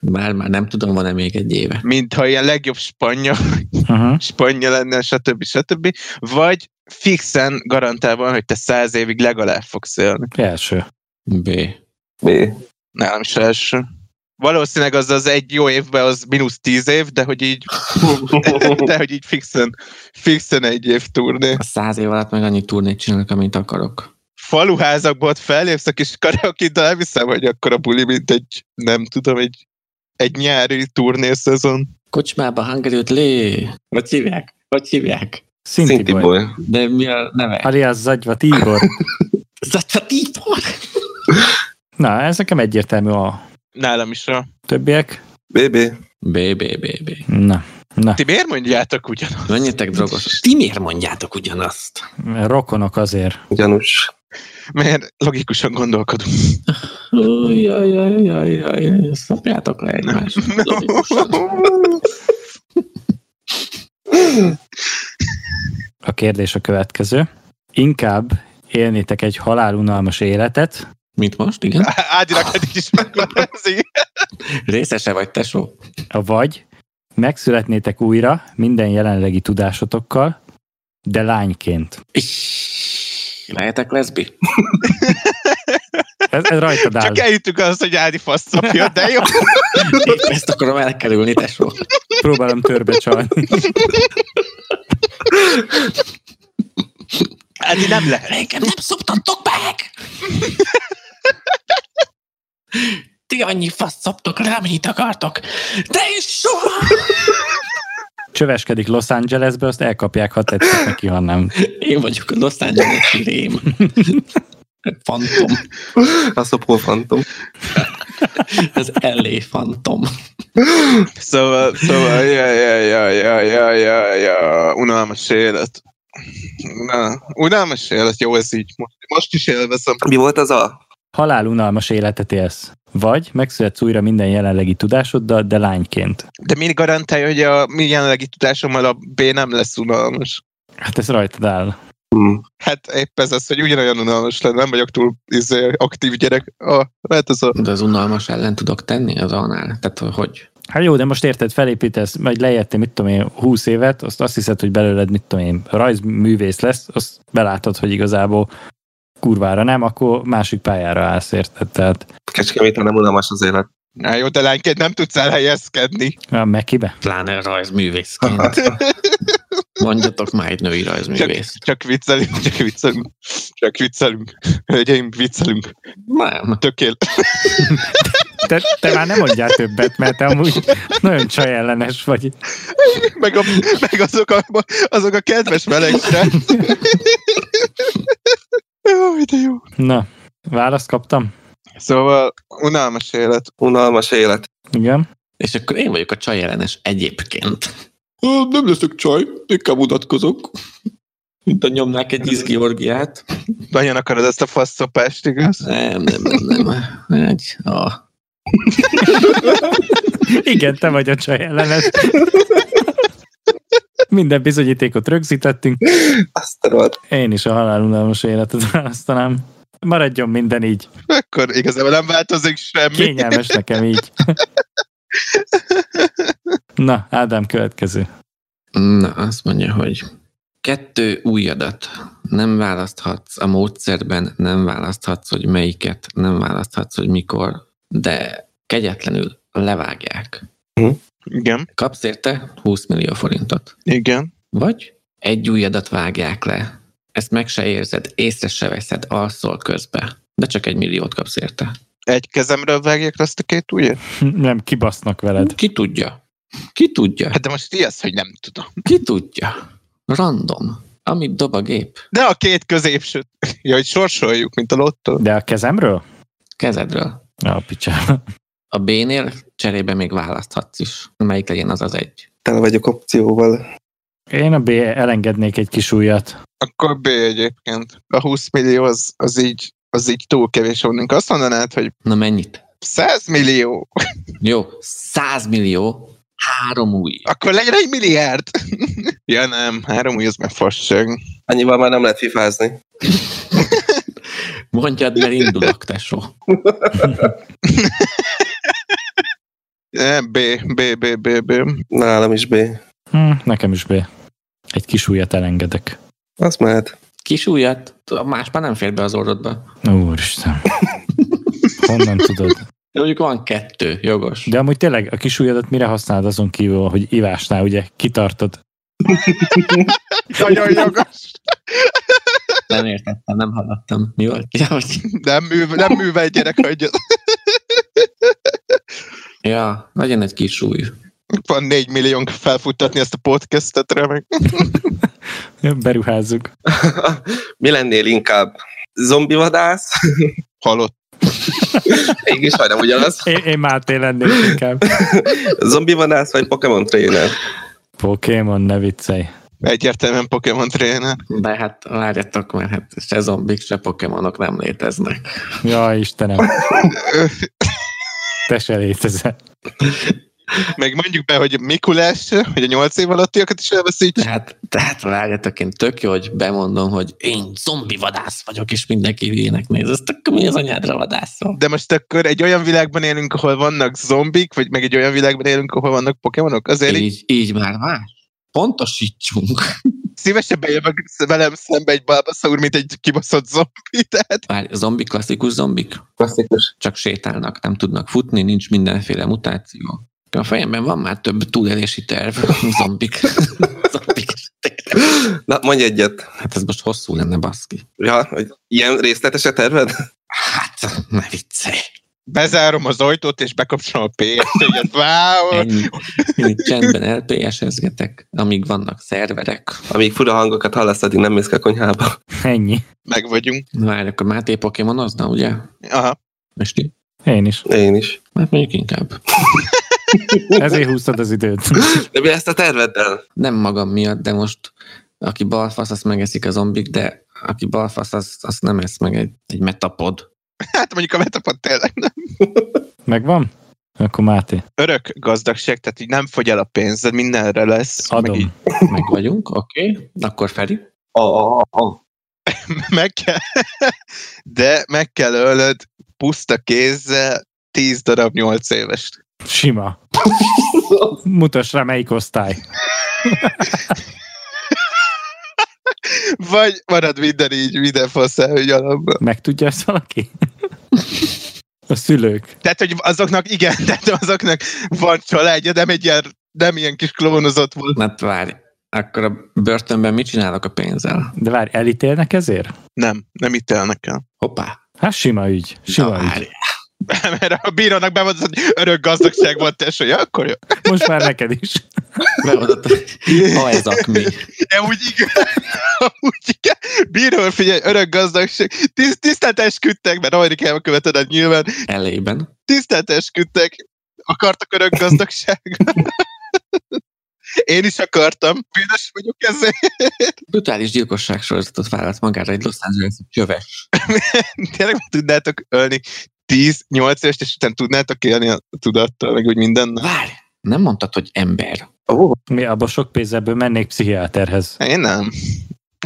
Már, már nem tudom, van-e még egy éve.
mint ha ilyen legjobb spanyol
Uh-huh.
spanyol lenne, stb. stb. Vagy fixen garantálva, hogy te száz évig legalább fogsz élni.
Első.
B.
B.
Nálam is első. Valószínűleg az az egy jó évben az mínusz tíz év, de hogy így, de hogy így fixen, fixen egy év turné.
A száz év alatt meg annyi turnét csinálok, amit akarok.
Faluházakból ott fellépsz a kis karaokit, de nem hiszem, hogy akkor a buli, mint egy, nem tudom, egy, egy nyári turné szezon.
Kocsmába hangerült lé. Hogy hívják? Hogy hívják?
Szinti,
Szinti
boy.
boy.
De mi a neve?
Alias Zagyva Tibor.
Zatatitor!
Na, ez nekem egyértelmű a
Nálam is a...
többiek.
BB.
B, B, B, B.
Na, na.
Ti miért mondjátok ugyanazt?
Menjetek drogos. Ti miért mondjátok ugyanazt?
Rokonok azért.
Gyanús.
Mert logikusan gondolkodunk.
Ujjajajajajaj, szopjátok le egymást.
A kérdés a következő. Inkább élnétek egy halálunalmas életet,
Mint most, igen?
Ádinak eddig is megvan ez, igen.
Részese vagy, tesó?
vagy megszületnétek újra minden jelenlegi tudásotokkal, de lányként.
Iss, Lehetek leszbi?
Ez, ez rajtad áll.
Csak eljutunk az, hogy Ádi faszapja, de jó.
Ezt akarom elkerülni, tesó.
Próbálom törbe csalni.
Ádi nem lehet.
Engem nem szoptatok meg! Ti annyi fasz szoptok rá, amennyit akartok. De is soha!
csöveskedik Los Angelesbe, azt elkapják, ha tetszik neki, ha nem.
Én vagyok a Los Angeles rém. Fantom.
A szopó fantom.
Ez L.A. Fantom.
Szóval, szóval, ja, ja, ja, ja, ja, ja, ja, unalmas élet. Na, unalmas élet, jó, ez így most, most is élvezem.
Mi volt az a?
Halálunalmas életet élsz. Vagy megszületsz újra minden jelenlegi tudásoddal, de lányként.
De mi garantálja, hogy a mi jelenlegi tudásommal a B nem lesz unalmas?
Hát ez rajtad áll.
Hmm.
Hát épp ez az, hogy ugyanolyan unalmas lenne, nem vagyok túl izé, aktív gyerek. Ah, lehet ez a...
De az unalmas ellen tudok tenni az annál? Tehát hogy?
Hát jó, de most érted, felépítesz, majd lejettél, mit tudom én, 20 évet, azt azt hiszed, hogy belőled, mit tudom én, rajzművész lesz, azt belátod, hogy igazából kurvára nem, akkor másik pályára állsz, érted? Tehát
Kecskeméten nem unalmas az élet.
Na jó, de lányként nem tudsz elhelyezkedni.
a Mekibe?
Pláne rajzművészként. Mondjatok már egy női
Csak,
rajzművész.
csak viccelünk, csak viccelünk, csak viccelünk. Hölgyeim, viccelünk.
Nem.
Tökél.
Te, te már nem mondjál többet, mert te amúgy nagyon csajellenes vagy.
Meg, a, meg azok, a, azok a kedves meleg srác. Jó, de jó.
Na, választ kaptam?
Szóval unalmas élet.
Unalmas élet.
Igen.
És akkor én vagyok a csaj ellenes egyébként.
Ö, Nem leszek csaj, inkább mutatkozok.
Mint a nyomnák egy izgiorgiát.
Nagyon akarod ezt a faszopást, igaz?
Nem, nem, nem. nem. Egy, a,
Igen, te vagy a csajellenes. Minden bizonyítékot rögzítettünk.
Azt a rohadt.
Én is a halálunalmas életet választanám. Maradjon minden így.
Akkor igazából nem változik semmi.
Kényelmes nekem így. Na, Ádám következő.
Na, azt mondja, hogy kettő új adat. Nem választhatsz a módszerben, nem választhatsz, hogy melyiket, nem választhatsz, hogy mikor, de kegyetlenül levágják.
Igen,
Kapsz érte 20 millió forintot.
igen.
Vagy egy új adat vágják le. Ezt meg se érzed, észre se veszed, alszol közbe. De csak egy milliót kapsz érte.
Egy kezemről vágják le azt a két ujjat?
Nem, kibasznak veled.
Ki tudja? Ki tudja?
Hát de most ti az, hogy nem tudom.
Ki tudja? Random. Amit dob a gép.
De a két középső. Ja, hogy sorsoljuk, mint a lottó.
De a kezemről?
Kezedről.
Na, a picsába.
A B-nél cserébe még választhatsz is, melyik legyen az az egy.
Tele vagyok opcióval.
Én a B elengednék egy kis újat.
Akkor B egyébként. A 20 millió az, az így az így túl kevés volnunk. Azt mondanád, hogy
Na mennyit?
100 millió,
Jó, 100 millió, három új.
akkor legyen egy milliárd. ja nem, három új, az már fasság.
Annyival már nem lehet fifázni.
Mondjad, mert indulok, tesó.
Eh, B, B, B, B, B.
Nálam is B.
Hm, nekem is B. Egy kis újat elengedek.
Az mehet.
Kis újat, a más már nem fér be az orrodba.
Úristen. Honnan tudod?
De mondjuk van kettő, jogos.
De amúgy tényleg a kis ujjadat mire használod azon kívül, hogy ivásnál ugye kitartod?
Nagyon jogos.
Nem értettem, nem hallottam. Mi volt? Ja, hogy...
Nem, műve, nem művel gyerek, hogy
ja legyen egy kis új.
van 4 milliónk felfuttatni ezt a podcastet, remek.
Beruházzuk.
Mi lennél inkább? Zombi vadász?
Halott.
Mégis majdnem ugyanaz.
Én, én Máté lennék inkább.
Zombi vadász vagy Pokémon tréner?
Pokémon, ne viccelj.
Egyértelműen Pokémon tréner.
De hát várjatok, mert hát se zombik, se pokémonok nem léteznek.
Jaj, Istenem. Te se létezel.
Meg mondjuk be, hogy Mikulás, hogy a 8 év alattiakat is elveszít.
Tehát, Hát, tehát várjatok, én tök jó, hogy bemondom, hogy én zombi vadász vagyok, és mindenki ilyenek néz. Azt akkor mi az anyádra vadászol?
De most akkor egy olyan világban élünk, ahol vannak zombik, vagy meg egy olyan világban élünk, ahol vannak pokémonok? Azért így
Így, így már más. Pontosítsunk.
szívesebben jövök velem szembe egy bábasza úr, mint egy kibaszott zombi. Tehát
Vár, zombi klasszikus zombik,
Klasszikus.
csak sétálnak, nem tudnak futni, nincs mindenféle mutáció. A fejemben van már több túlélési terv. Zombik. zombik.
Na, mondj egyet.
Hát ez most hosszú lenne, baszki.
Ja, hogy ilyen részletes a terved?
Hát, ne viccelj.
bezárom az ajtót, és bekapcsolom a PS4-et. Wow!
Ennyi. Én itt csendben LPS-ezgetek, amíg vannak szerverek.
Amíg fura hangokat hallasz, addig nem mész ki a konyhába.
Ennyi.
Meg vagyunk.
Várjak, a Máté pokémonozna, ugye?
Aha.
És ti?
Én is.
Én is.
Hát mondjuk inkább.
Ezért húztad az időt.
De mi ezt a terveddel?
Nem magam miatt, de most aki balfasz, azt megeszik a zombik, de aki balfasz, az, az nem esz meg egy, egy metapod.
Hát mondjuk a metapod tényleg nem.
Megvan? Akkor Máté,
Örök gazdagság, tehát így nem fogy el a pénzed, mindenre lesz. Meg, így,
adom.
Meg vagyunk, oké. Okay. Akkor Feri.
A, a, a, a.
meg kell, de meg kell ölnöd puszta kézzel 10 darab 8 évest.
Sima. Mutass rá, melyik osztály.
Vagy marad minden így, minden faszáll, hogy alapban.
Meg tudja ezt valaki? A szülők.
Tehát, hogy azoknak, igen, tehát azoknak van családja, nem egy ilyen, nem ilyen kis klónozott volt.
Hát várj, akkor a börtönben mit csinálok a pénzzel?
De várj, elítélnek ezért?
Nem, nem ítélnek el.
Hoppá.
Hát sima ügy.
Na,
Sima ügy.
várj.
Mert a bírónak bemondod, hogy örök gazdagság volt, tesó, ja, akkor jó.
Most már neked is.
Beadott. Ha ez akmi.
De úgy igen. Úgy igen. Bíró, figyelj, örök gazdagság. Tiszt, tisztelt esküdtek, mert hajni kell követed a nyilván.
Elében.
Tisztelt esküdtek. Akartak örök gazdagságot. Én is akartam. Bűnös vagyok ezzel.
Brutális gyilkosság sorozatot vállalt magára egy Los Angeles csöves.
Tényleg meg tudnátok ölni 10-8 évest, és utána tudnátok élni a tudattal, meg úgy mindennel.
Várj, nem mondtad, hogy ember.
Ó,
Mi abba sok pénzemből mennék pszichiáterhez.
Én nem.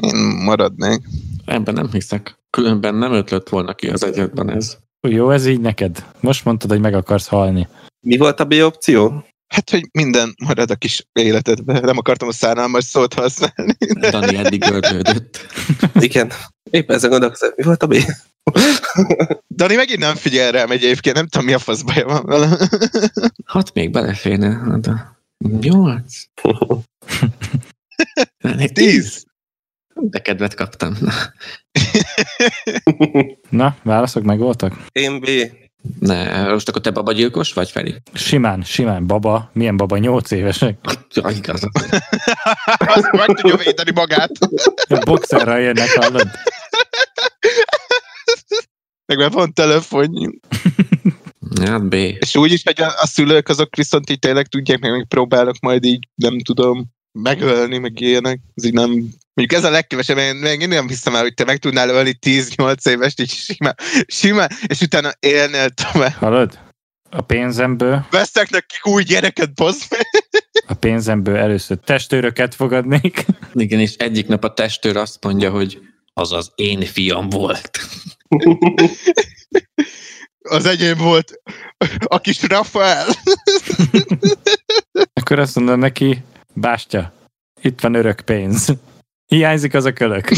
Én maradnék.
Ebben nem hiszek. Különben nem ötlött volna ki az egyetben ez.
Jó, ez így neked. Most mondtad, hogy meg akarsz halni.
mi volt a B opció?
Hát, hogy minden marad a kis életedben. Nem akartam a szánalmas szót használni.
Dani eddig ördődött.
Igen. Éppen ezen gondolkozom, mi volt a B?
Dani megint nem figyel rám egyébként, nem tudom mi a fasz baja van vele.
Hat még beleférne. Hát a- Nyolc. Lennék
Tíz.
De kedvet kaptam. Na,
Na, válaszok meg voltak?
Én B.
Ne, most akkor te babagyilkos vagy, Feri?
Simán, simán, baba. Milyen baba? Nyolc évesek.
Ja, igaz.
Azt meg tudja védeni magát.
Boxerra jönnek, hallod?
Meg már van telefonjunk.
Hát B.
És úgy is, hogy a, a szülők azok viszont így tényleg tudják, meg, meg próbálnak majd így, nem tudom, megölni, meg ilyenek. Ez így nem... Mondjuk ez a legkevesebb, én, én én nem hiszem el, hogy te meg tudnál ölni 10-8 évest, így simán, simán, és utána élnél tovább.
Hallod? A pénzemből,
Vesztek nekik új gyereket, bazd meg.
a pénzemből először testőröket fogadnék.
Igen, és egyik nap a testőr azt mondja, hogy az az én fiam volt.
Az enyém volt a kis Rafael.
Akkor azt mondom neki, bástya, itt van örök pénz. Hiányzik az a kölök.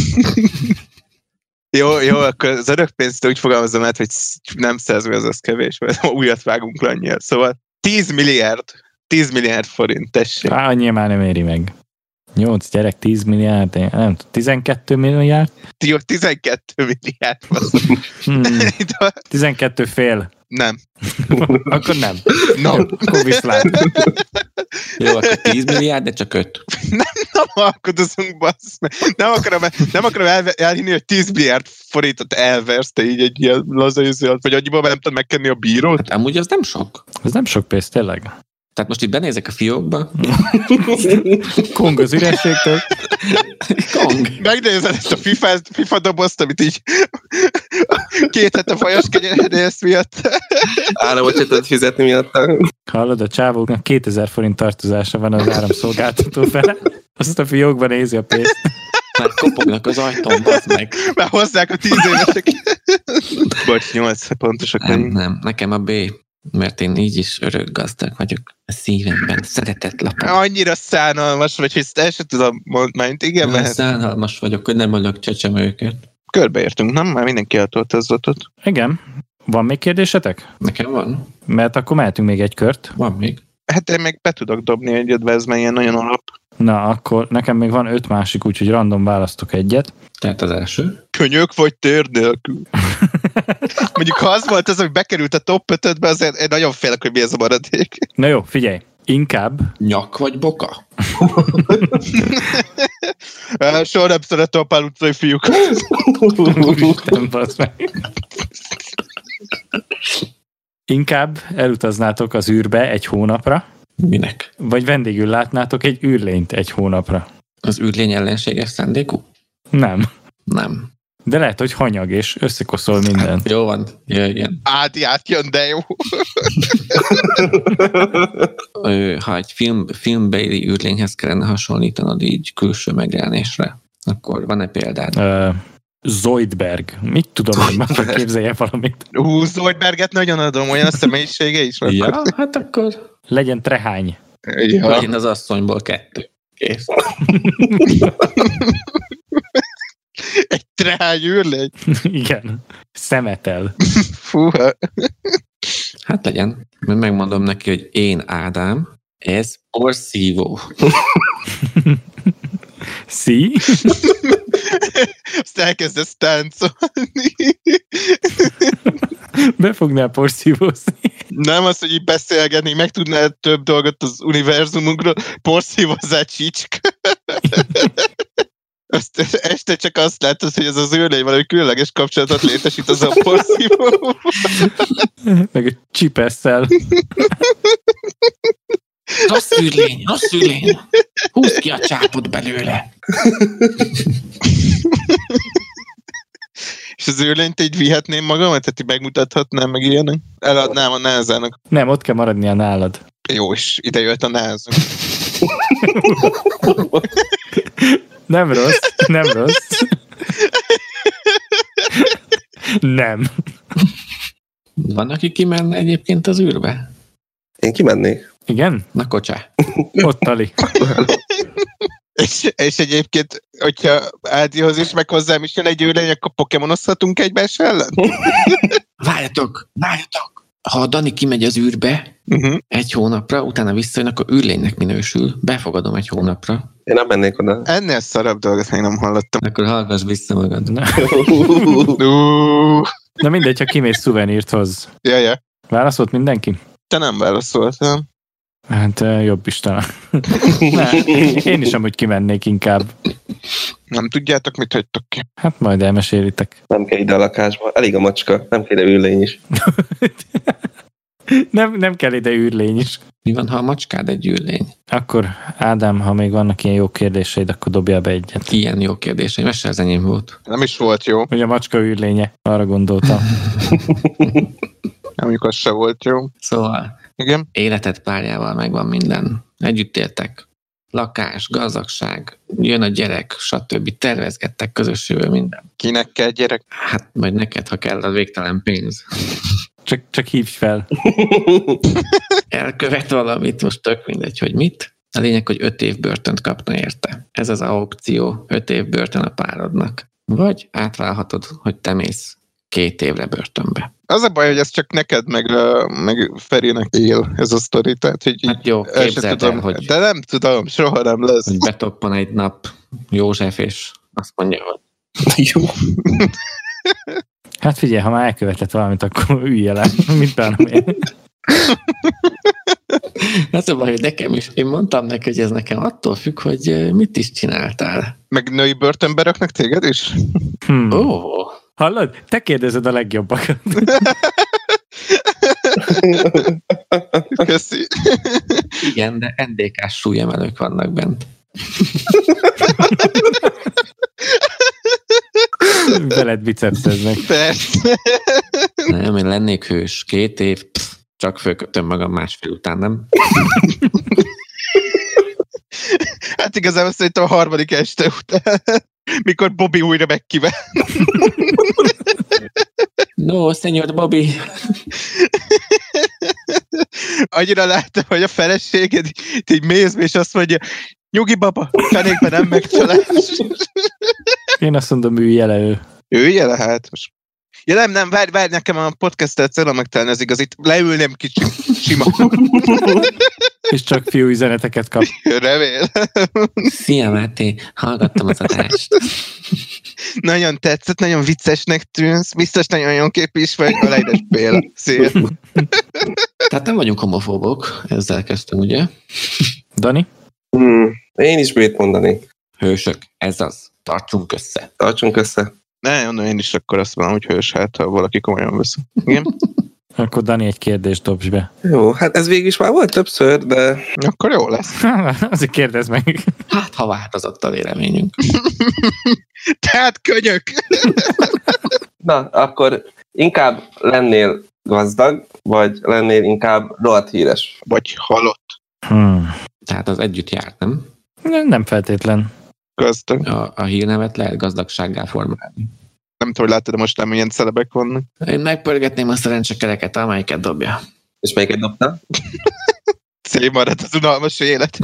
Jó, jó, akkor az örök pénzt úgy fogalmazom át, hogy sz- nem száz meg, az az kevés, mert ha újat vágunk le annyira. Szóval 10 milliárd, 10 milliárd forint, tessék.
Á, annyi már nem éri meg. 8 gyerek, 10 milliárd, én nem tudom, 12 milliárd?
Jó, 12 milliárd. basszus.
Hmm,
Itt van-
12 fél.
nem,
Akkor nem.
no,
Jó, akkor viszlát.
Jó, akkor 10 milliárd, de csak 5.
nem alkudozunk, bassz. meg. Nem akarom, el- nem akarom elve, elhinni, hogy 10 milliárd forintot elversz, te így egy ilyen laza izé alatt, vagy annyiban már nem tudod megkenni a bírót.
Hát amúgy az nem sok.
Ez nem sok pénz, tényleg.
Tehát most itt benézek a fiókba.
Kong az ürességtől.
Kong.
Megnézed ezt a FIFA, FIFA dobozt, amit így két hete folyaskenyerhedés miatt.
Áramot se tudod fizetni miatta.
Hallod, a csávóknak 2000 forint tartozása van az áramszolgáltató fele. Azt a fiókban nézi a pénzt.
Már kopognak az ajtón, bazd meg.
Már hozzák a tíz évesek. Bocs, nyolc pontosak
Nem,
nem.
nem, nekem a B. Mert én így is örök gazdag vagyok. A szívemben szeretett lapom.
Annyira szánalmas vagy, hogy ezt el sem tudom mondani. Igen,
Olyan
mert
szánalmas vagyok, hogy nem ölök csecsemőket.
körbeértünk, nem? Már mindenki eltolta az otot.
Igen. Van még kérdésetek?
Nekem van?
Mert akkor mehetünk még egy kört.
Van még.
Hát én még be tudok dobni egyet, be ez már ilyen nagyon alap.
Na, akkor nekem még van öt másik, úgyhogy random választok egyet.
Tehát az első.
könyök vagy tér nélkül. Mondjuk ha az volt az, hogy bekerült a top 5-be, azért én nagyon félek, hogy mi ez a maradék.
Na jó, figyelj. Inkább
Nyak vagy boka?
Á, Soha nem szeretem a pál utcai fiúk.
Úristen, bassz meg. Inkább elutaznátok az űrbe egy hónapra,
Minek?
vagy vendégül látnátok egy űrlényt egy hónapra.
Az űrlény ellenséges szándékú?
Nem.
Nem.
De lehet, hogy hanyag, és összekoszol mindent.
Jó van. Ja, igen.
Ádi átjön, de jó.
Ö, Ha egy film, filmbeli űrlényhez kellene hasonlítanod így külső megjelenésre, akkor van-e példád?
Ö, Zoidberg. Mit tudom, hogy már képzelje valamit.
Hú, Zoidberget nagyon adom, olyan személyisége is van.
Ja, hát akkor
Legyen trehány.
Ja.
legyen az asszonyból kettő. Kész.
Egy trehány űrlény.
Igen. Szemetel.
Fúha.
Hát legyen. Mert megmondom neki, hogy én Ádám, ez porszívó.
Szí?
Azt elkezdesz táncolni.
Befognál porszívózni.
Nem az, hogy így beszélgetni, meg tudnál több dolgot az univerzumunkról, porszívozzál csicsk. Azt este csak azt látod, hogy ez az űrlény valami különleges kapcsolatot létesít az a porszívó.
Meg egy csipesszel.
Rossz űrlény, rossz űrlény. Húzd ki a csápot belőle.
És az űrlényt így vihetném magamat, tehát így megmutathatnám meg ilyenek. Eladnám a názának.
Nem, ott kell maradnia nálad.
Jó, és ide jött a náz.
Nem rossz, nem rossz. Nem.
Van, aki kimenne egyébként az űrbe?
Én kimennék.
Igen?
Na kocsá.
Ott Ali.
És, és egyébként, hogyha Ádihoz is, meg hozzám is jön egy űrlény, akkor pokémonozhatunk egymás ellen?
Várjatok, várjatok. Ha a Dani kimegy az űrbe
Uh-huh.
egy hónapra, utána visszajön, akkor űrlénynek minősül. Befogadom egy hónapra.
Én nem mennék oda.
Ennél szarabb dolgot még nem hallottam.
Akkor hallgass vissza magad.
Ú,
Na mindegy, ha kimész szuvenírt hoz.
ja, ja.
Válaszolt mindenki?
Te nem válaszoltam.
Hát eh, jobb is talán. Ne, Én is amúgy kimennék inkább.
Nem tudjátok, mit hagytok ki.
Hát majd elmesélitek.
nem kell ide a lakásba. Elég a macska. Nem kell ide üllény is.
Nem, nem kell ide űrlény is.
Mi van, ha a macskád egy űrlény?
Akkor Ádám, ha még vannak ilyen jó kérdéseid, akkor dobjál be egyet.
Ilyen jó kérdés, egy mese az enyém volt.
Nem is volt jó.
Hogy a macska űrlénye, arra gondoltam.
Nem, mondjuk az se volt jó.
Szóval
Igen.
életet párjával megvan minden. Együtt éltek. Lakás, gazdagság, jön a gyerek, stb. Tervezgettek közös jövő minden.
Kinek kell gyerek?
Hát majd neked, ha kell, az végtelen pénz.
Csak, csak hívj fel.
Elkövet valamit, most tök mindegy, hogy mit. A lényeg, hogy öt év börtönt kapna érte. Ez az a opció, öt év börtön a párodnak. Vagy átválhatod, hogy te mész két évre börtönbe.
Az a baj, hogy ez csak neked, meg, ö, meg Ferinek él ez a sztori. Tehát, hogy így
Hát jó,
el se
képzeld el,
tudom,
hogy
De nem tudom, soha nem lesz.
hogy betoppan egy nap József, és azt mondja, hogy
Jó.
Hát figyelj, ha már elkövetett valamit, akkor ülj el, mint bánom én.
Az Hát a baj, hogy nekem is. Én mondtam neki, hogy ez nekem attól függ, hogy ö, mit is csináltál.
Meg női börtönbe raknak téged is?
Hmm.
Ó, oh,
Hallod? Te kérdezed a legjobbakat.
Köszi.
igen, de NDK-s súlyemelők vannak bent.
Veled bicepszeznek.
Persze.
Nem, én lennék hős. Két év, pff, csak fölkötöm magam másfél után, nem?
Hát igazából szerintem a harmadik este után, mikor Bobby újra megkivel.
No, szenyor Bobby.
annyira láttam, hogy a feleséged így- így mész, és azt mondja, nyugi baba, fenékben nem megcsalás.
Én azt mondom, ülj el elő.
Ülje le hát most. Ja nem, nem, várj, várj, nekem a podcastet célom megtalálni az igazit. Leülném kicsit sima.
és csak fiú üzeneteket kap.
Remélem.
Szia Máté, hallgattam az adást.
Nagyon tetszett, nagyon viccesnek tűnsz, biztos nagyon jó kép is vagy, a lejdes Béla. Szia.
Tehát nem vagyunk homofóbok, ezzel kezdtem, ugye?
Dani?
Hmm, én is mit mondanék.
Hősök, ez az. Tartsunk össze.
Tartsunk össze.
Ne, mondom, én is akkor azt mondom, hogy hős, hát ha valaki komolyan vesz. Igen?
Akkor Dani egy kérdést dobj be.
Jó, hát ez végig is már volt többször, de
Akkor jó lesz.
Azért kérdezd meg.
Hát, ha változott a véleményünk.
Tehát könyök.
na, akkor inkább lennél gazdag, vagy lennél inkább rohadt híres.
Vagy halott
Hmm.
Tehát az együtt járt, nem?
Nem nem feltétlen.
gazdag.
A, a hírnevet lehet gazdagsággá formálni.
Nem tudom, hogy láttad, de most nem milyen celebek vannak.
Én megpörgetném a szerencsekereket, amelyiket dobja.
És melyiket dobta?
Cé maradt az unalmas élet.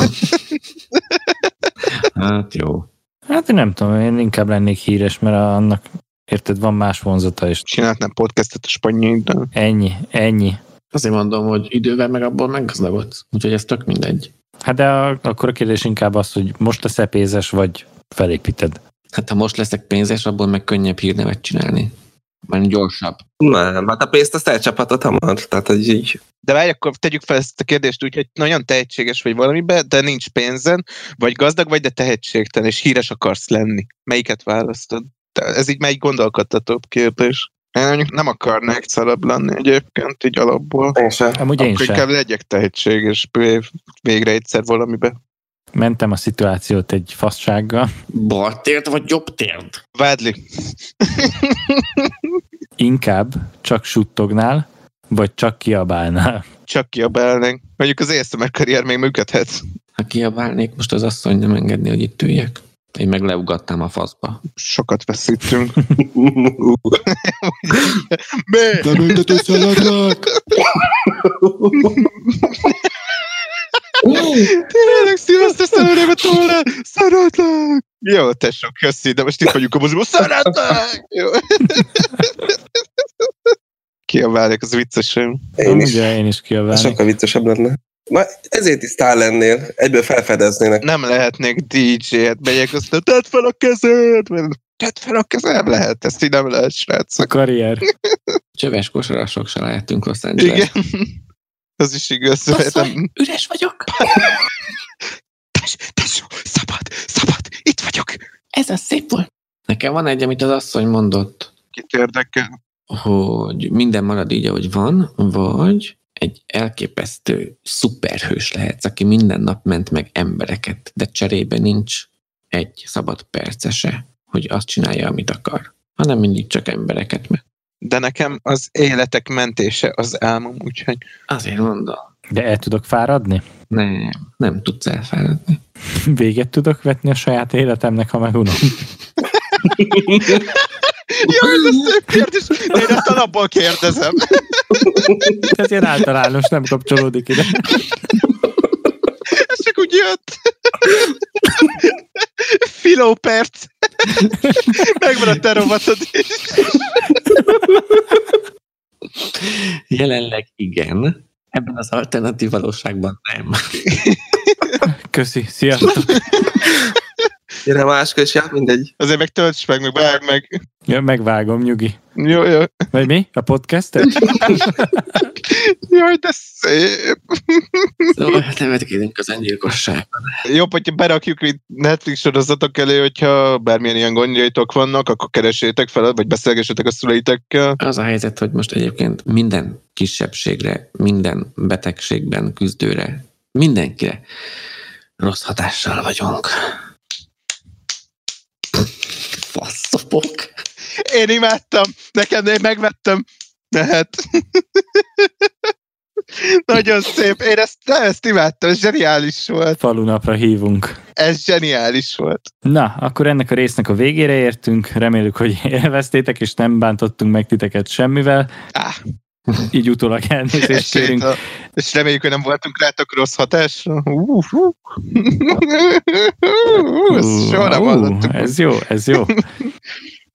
Hát jó.
Hát én nem tudom, én inkább lennék híres, mert annak, érted, van más vonzata is.
Csináltam podcastet a spanyaidnál.
Ennyi, ennyi.
Azért mondom, hogy idővel meg abból meggazdagodsz. Úgyhogy ez tök mindegy.
Hát de a, akkor a kérdés inkább az, hogy most leszel pénzes, vagy felépíted.
Hát ha most leszek pénzes, abból meg könnyebb hírnevet csinálni. Mert gyorsabb.
Nem, hát a pénzt azt elcsaphatod hamar. Tehát, hogy így
De várj, akkor tegyük fel ezt a kérdést úgy, hogy nagyon tehetséges vagy valamiben, de nincs pénzen, vagy gazdag vagy, de tehetségtelen, és híres akarsz lenni. Melyiket választod? Te- Ez így melyik gondolkodtatóbb kérdés? Én mondjuk nem akarnék celeb lenni egyébként, így alapból.
én sem.
Amúgy én
akkor
sem.
inkább legyek tehetséges vé- végre egyszer valamibe.
Mentem a szituációt egy faszsággal.
Bal tért vagy jobb tért?
Vádli.
Inkább csak suttognál, vagy csak kiabálnál.
Csak kiabálnánk. Mondjuk az ASMR karrier még működhet.
Ha kiabálnék, most az asszony nem engedné, hogy itt üljek. Én meg leugattam a faszba.
Sokat veszítünk.
Nem öntet összeadlak!
Tényleg szilveszter szerelőbe tolnál! Szeretlek! Jó, tesó, köszi, de most itt vagyunk a moziban. Szeretlek! Jó. Kiabálják, az viccesen.
Én is.
Ugye én is kiabálnék.
Sokkal viccesebb lenne. Na, ezért is sztár lennél, egyből felfedeznének.
Nem lehetnék DJ, hát megyek azt, hogy tedd fel a kezed! Tedd fel a kezed! Nem lehet, ezt így nem lehet, srácok.
Karrier.
Csöves kosarasok se lehetünk Los
Igen.
Angeles.
Az is igaz.
Asszony, üres vagyok.
Tesó, szabad, szabad, itt vagyok!
Ez az szép volt. Nekem van egy, amit az asszony mondott,
Kit érdekel?
hogy minden marad így, ahogy van, vagy egy elképesztő szuperhős lehetsz, aki minden nap ment meg embereket, de cserébe nincs egy szabad percese, hogy azt csinálja, amit akar, hanem mindig csak embereket meg.
De nekem az életek mentése az álmom, úgyhogy
Azért mondom.
De el tudok fáradni?
Nem, nem tudsz elfáradni.
Véget tudok vetni a saját életemnek, ha megunom?
Jaj, de szép kérdés! De én ezt alapból kérdezem.
Ez ilyen általános, nem kapcsolódik ide.
Ez csak úgy jött. Filóperc. Megmaradt a rovatod is.
Jelenleg igen, ebben az alternatív valóságban nem.
Köszi, szia.
Gyere máskor is, ja, mindegy.
Azért meg tölts meg, meg vágd meg.
Ja, megvágom, nyugi.
Jó, jó.
Vagy mi? A podcastet?
Jaj, de szép.
Szóval hát nevetkedünk az öngyilkosságon.
Jobb, hogyha berakjuk itt Netflix sorozatok elé, hogyha bármilyen ilyen gondjaitok vannak, akkor keresétek fel, vagy beszélgessetek a szüleitekkel.
Az a helyzet, hogy most egyébként minden kisebbségre, minden betegségben, küzdőre, mindenkire rossz hatással vagyunk. Faszopok.
Én imádtam. Nekem én megvettem. Lehet. Nagyon szép. Én ezt, de ezt imádtam. Ez zseniális volt.
Falunapra hívunk.
Ez zseniális volt.
Na, akkor ennek a résznek a végére értünk. Reméljük, hogy élveztétek, és nem bántottunk meg titeket semmivel.
Á.
Így utólag elnézést kérünk.
Esélyt, és reméljük, hogy nem voltunk rátok rossz hatásra. Ú, hú. Ezt Soha nem
Ú,
hallottuk.
Ez jó, ez jó.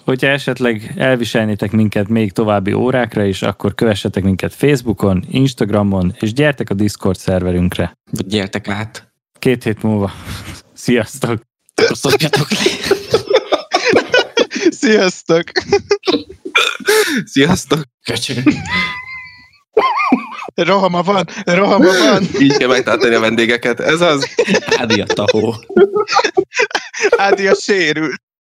Hogyha esetleg elviselnétek minket még további órákra is, akkor kövessetek minket Facebookon, Instagramon, és gyertek a Discord szerverünkre.
Gyertek át.
Két hét múlva. Sziasztok!
Szopjatok le.
Sziasztok!
Sziasztok!
Köcsög.
Rohama van, rohama van.
Így kell megtartani a vendégeket. Ez az.
Ádi a tahó.
Ádi a sérült.